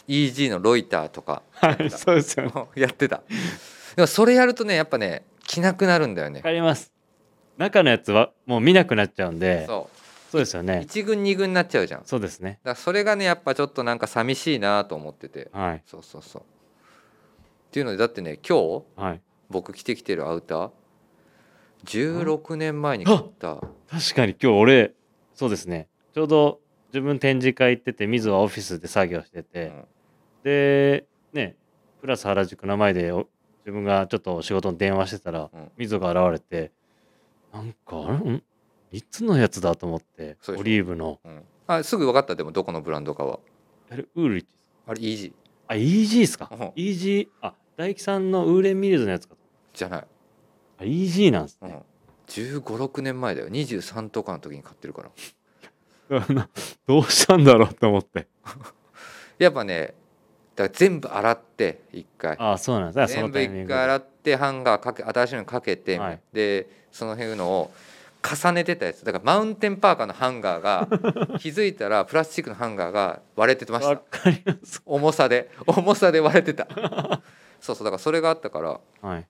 Speaker 1: EG のロイターとか
Speaker 3: はい、 そうですよね。
Speaker 1: もう やってたでもそれやるとねやっぱね着なくなるんだよね
Speaker 3: わかります。中のやつはもう見なくなっちゃうんで、
Speaker 1: そ
Speaker 3: そうですよ
Speaker 1: う
Speaker 3: ね。
Speaker 1: 1軍2軍になっちゃうじゃんだか
Speaker 3: そうですね。
Speaker 1: らそれがねやっぱちょっとなんか寂しいなと思ってて
Speaker 3: はい。
Speaker 1: そうそうそうっていうのでだってね今日
Speaker 3: はい。
Speaker 1: 僕着てきてるアウター16年前に買った
Speaker 3: 確かに今日俺、そうですね。ちょうど自分展示会行ってて、水はオフィスで作業して
Speaker 1: う
Speaker 3: て、
Speaker 1: ん
Speaker 3: で、ね、プラス原宿の前でお自分がちょっと仕事の電話してたら、
Speaker 1: うん
Speaker 3: 水が現れて、なんか、あれんいつのやつだと思って、
Speaker 1: そうでしょ
Speaker 3: オリーブの、
Speaker 1: うんあすぐ分かったでもどこのブランドかは
Speaker 3: あれ、ウールイッチ
Speaker 1: あれ EG
Speaker 3: あ、EG ですか
Speaker 1: うん。
Speaker 3: EG、あ、大樹さんのウーレンミルズのやつかと。
Speaker 1: じゃない、
Speaker 3: あ、EG なん です
Speaker 1: う
Speaker 3: ね。
Speaker 1: ん、1516年前だよ23とかの時に買ってるから
Speaker 3: どうしたんだろうと思って。
Speaker 1: やっぱねだから全部洗って1回
Speaker 3: あそうなんですね。そ
Speaker 1: 全
Speaker 3: の
Speaker 1: 部
Speaker 3: タイミ
Speaker 1: 一
Speaker 3: ングで。
Speaker 1: 回洗ってハンガーかけ新しいのかけて、
Speaker 3: はい
Speaker 1: でその辺のを重ねてたやつだからマウンテンパーカーのハンガー が気づいたらプラスチックのハンガーが割れてまし
Speaker 3: わ
Speaker 1: た
Speaker 3: かります。
Speaker 1: 重さで重さで割れてたそうそうだからそれがあったから
Speaker 3: はい。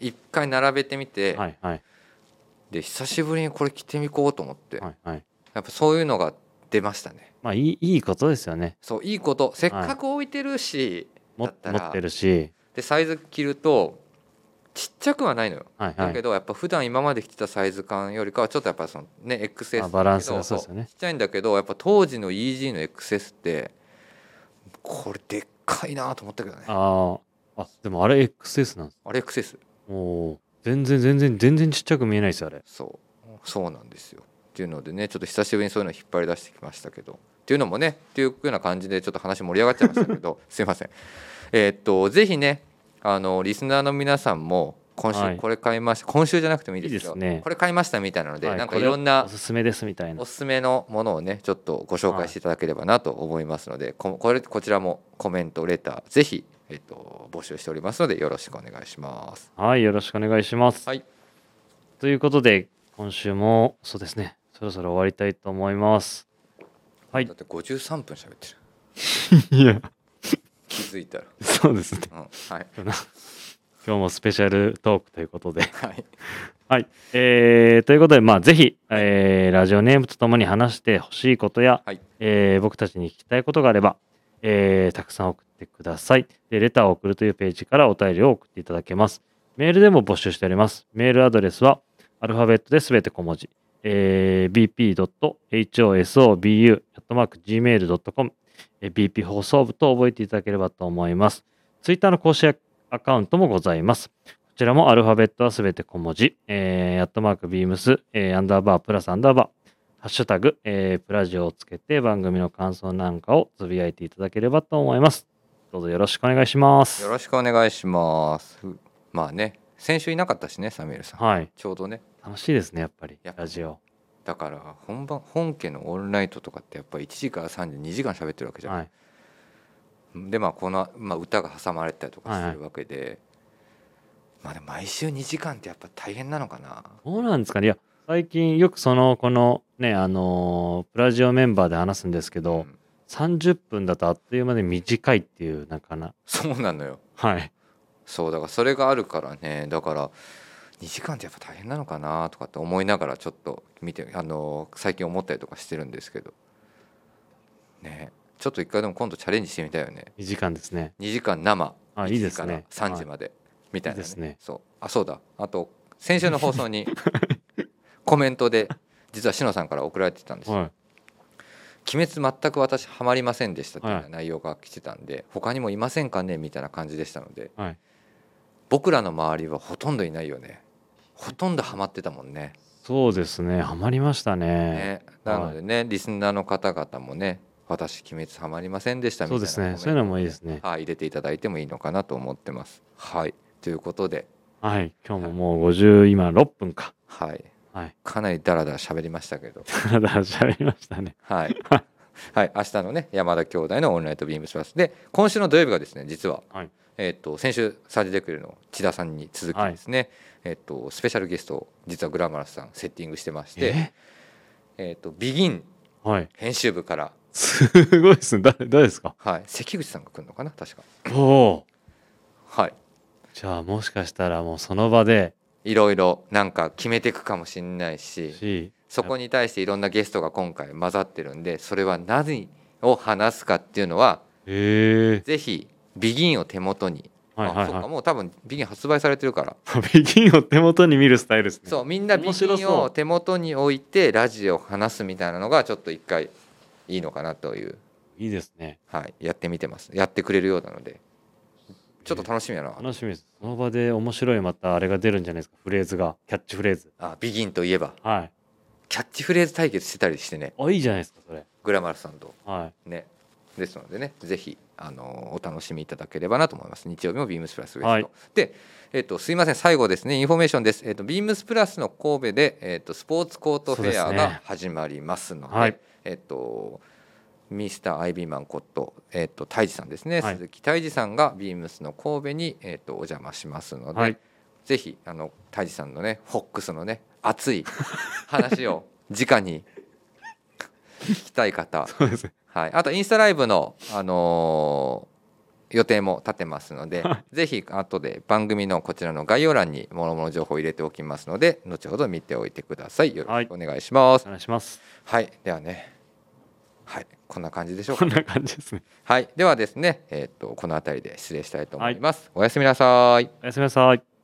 Speaker 1: 一回並べてみて、
Speaker 3: はい。はい。
Speaker 1: で久しぶりにこれ着てみこうと思って、
Speaker 3: はい。はい。
Speaker 1: やっぱそういうのが出ましたね
Speaker 3: まあ、いい、いいことですよね。
Speaker 1: そういいことせっかく置いてるし、
Speaker 3: も
Speaker 1: だった
Speaker 3: 持
Speaker 1: ら
Speaker 3: ってるし。
Speaker 1: でサイズ着るとちっちゃくはないのよ
Speaker 3: はい。は
Speaker 1: だけ
Speaker 3: い。
Speaker 1: どやっぱ普段今まで着てたサイズ感よりかはちょっとやっぱそのね XS
Speaker 3: あバランス
Speaker 1: だけ
Speaker 3: が
Speaker 1: ど
Speaker 3: そうですよね
Speaker 1: ちっちゃいんだけどやっぱ当時の EG の XS ってこれでっかいなと思ったけどねあ
Speaker 3: ああ。あ、でもあれ XS なんです。
Speaker 1: れ XS
Speaker 3: おー全然、全然、全然ちっちゃく見えないですよ、あれ。
Speaker 1: そうそうなんですよっていうのでねちょっと久しぶりにそういうの引っ張り出してきましたけどっていうのもねっていうような感じでちょっと話盛り上がっちゃいましたけ どすいませんえーっとぜひねあのリスナーの皆さんも今
Speaker 3: はい
Speaker 1: 週これ買いました、今週じゃなくてもいいですよ
Speaker 3: いいですね
Speaker 1: これ買いましたみたいなので、
Speaker 3: は
Speaker 1: なんか
Speaker 3: こ
Speaker 1: い
Speaker 3: れ
Speaker 1: ろんな
Speaker 3: おすすめですみたいな
Speaker 1: お。すすめのものをねちょっとご紹介していただければなと思いますので、ここれこちらもコメントレターぜひ、えっと、募集しておりますのでよろしくお願いします。
Speaker 3: はい。よろしくお願いします。
Speaker 1: はい。
Speaker 3: ということで、今週も、そうですね。そろそろ終わりたいと思います。はい
Speaker 1: だ。って53分喋ってる
Speaker 3: いや、
Speaker 1: 気づ いたら。
Speaker 3: そうですね。
Speaker 1: うん、はい、
Speaker 3: 今日もスペシャルトークということで。
Speaker 1: はい、
Speaker 3: はい。えーということで、まあ、ぜひ、えーラジオネームとともに話してほしいことや、
Speaker 1: はい
Speaker 3: えー僕たちに聞きたいことがあれば、えーたくさん送ってください。で、レターを送るというページからお便りを送っていただけます。メールでも募集しております。メールアドレスは、アルファベットですべて小文字、えー bp.hosobu.gmail.com、えー bp 放送部と覚えていただければと思います。ツイッターの公式アカウントもございます。こちらもアルファベットはすべて小文字、えー、アットマークビームス、えー、アンダーバープラスアンダーバー、ハッシュタグ、えー、プラジオをつけて番組の感想なんかをつぶやいていただければと思います。どうぞよろしくお願いします。
Speaker 1: よろしくお願いします。まあね先週いなかったしねサミュエルさん、
Speaker 3: はい。
Speaker 1: ちょうどね
Speaker 3: 楽しいですね、やっぱり
Speaker 1: やっ。ぱ
Speaker 3: ラジオ。
Speaker 1: だから本番本家のオールナイトとかってやっぱり1時から3時2時間喋ってるわけじゃん、
Speaker 3: はい。
Speaker 1: でまあこの、まあ、歌が挟まれたりとか
Speaker 3: はいは
Speaker 1: す
Speaker 3: い
Speaker 1: るわけで、まあでも毎週2時間ってやっぱ大変なのかな
Speaker 3: どうなんですかねいや、最近よくその、このね、あのープラジオメンバーで話すんですけど、
Speaker 1: うん
Speaker 3: 30分だとあっという間で短いっていう、なかな。
Speaker 1: そうなのよ
Speaker 3: はい。
Speaker 1: そうだからそれがあるからねだから2時間ってやっぱ大変なのかなとかって思いながらちょっと見てあの最近思ったりとかしてるんですけどねちょっと一回でも今度チャレンジしてみたいよね
Speaker 3: 2時間ですね。
Speaker 1: 2時間生
Speaker 3: あ
Speaker 1: 1
Speaker 3: いいで
Speaker 1: 時
Speaker 3: す
Speaker 1: から
Speaker 3: ね
Speaker 1: 3時までみたいな、
Speaker 3: いいですね
Speaker 1: そうあそうだあと先週の放送 にコメントで実はしのさんから送られてきたんですよ、
Speaker 3: は
Speaker 1: 鬼滅全く私ハマりませんでした」っていうような内容が来てたんで、他にもいませんかねみたいな感じでしたので
Speaker 3: いはい
Speaker 1: 僕らの周りはほとんどいないよねほとんどハマってたもんね
Speaker 3: そうですねハマりましたね
Speaker 1: ねなのでね、リスナーの方々もね私鬼滅ハマりませんでしたみた
Speaker 3: そ
Speaker 1: いうな
Speaker 3: ですね
Speaker 1: コメント
Speaker 3: そういうのもいいですね
Speaker 1: はい、入れていただいてもいいのかなと思ってます。はい、ということで、
Speaker 3: はい今日ももう50今6分か
Speaker 1: はい、
Speaker 3: はい
Speaker 1: かなりダラダラ喋りましたけど、
Speaker 3: だら喋りましたね
Speaker 1: はい、はい、明日のね山田兄弟のオンライトビームスプラスで今週の土曜日がですね実は、
Speaker 3: はい
Speaker 1: えっ、と先週サージデクルの千田さんに続きですね、えっ、とスペシャルゲストを実はグラマラスさんセッティングしてまして、えっ、とビギン
Speaker 3: えはい
Speaker 1: 編集部から、
Speaker 3: すごいですね誰誰ですか
Speaker 1: はい、関口さんが来るのかな確か、
Speaker 3: おお
Speaker 1: はい、
Speaker 3: じゃあもしかしたらもうその場で
Speaker 1: いろいろなんか決めていくかもしれないし。
Speaker 3: し
Speaker 1: そこに対していろんなゲストが今回混ざってるんでそれは何を話すかっていうのは
Speaker 3: え
Speaker 1: ぜひビギンを手元に、
Speaker 3: ー、はいはい
Speaker 1: あそう か
Speaker 3: は
Speaker 1: もう多分ビギン発売されてるから、
Speaker 3: いビギンを手元に見るスタイルですね
Speaker 1: そうみんなビ
Speaker 3: 面白
Speaker 1: ギン
Speaker 3: そ
Speaker 1: を
Speaker 3: う
Speaker 1: 手元に置いてラジオを話すみたいなのがちょっと一回いいのかなという、
Speaker 3: いいですね
Speaker 1: はい、やってみてますやってくれるようなのでちょっと楽しみやな、
Speaker 3: 楽しみですその場で面白いまたあれが出るんじゃないですかフレーズがキャッチフレーズ
Speaker 1: あビギンといえば
Speaker 3: はい
Speaker 1: キャッチフレーズ対決してたりしてね
Speaker 3: あいいじゃないですかそれ
Speaker 1: グラマラスさんと
Speaker 3: はい
Speaker 1: ね、ですのでねぜひあのお楽しみいただければなと思います日曜日もビームスプラスウエスト、
Speaker 3: はい
Speaker 1: で、えっとすいません最後ですねインフォメーションです、えっとビームスプラスの神戸で、えっとスポーツコートフェ
Speaker 3: そ
Speaker 1: ア
Speaker 3: うですね
Speaker 1: が始まりますので
Speaker 3: はい
Speaker 1: えっとミスターアイビーマンこと、えっと泰治さんですね、
Speaker 3: はい
Speaker 1: 鈴木泰治さんがビームスの神戸に、えっとお邪魔しますので、
Speaker 3: はい
Speaker 1: ぜひあの泰治さんのねフォックスのね熱い話を直に聞きたい方
Speaker 3: そうですね
Speaker 1: はい、あとインスタライブの、あのー予定も立てますのでぜひ後で番組のこちらの概要欄にもろもろ情報を入れておきますので後ほど見ておいてくださいよろしくお願いしま
Speaker 3: お
Speaker 1: す、
Speaker 3: 願いします
Speaker 1: はいではねはいこんな感じでしょうか
Speaker 3: こんな感じですね
Speaker 1: はいではですね、えー、とこの辺りで失礼したいと思います、おやすみなさい
Speaker 3: おやすみなさい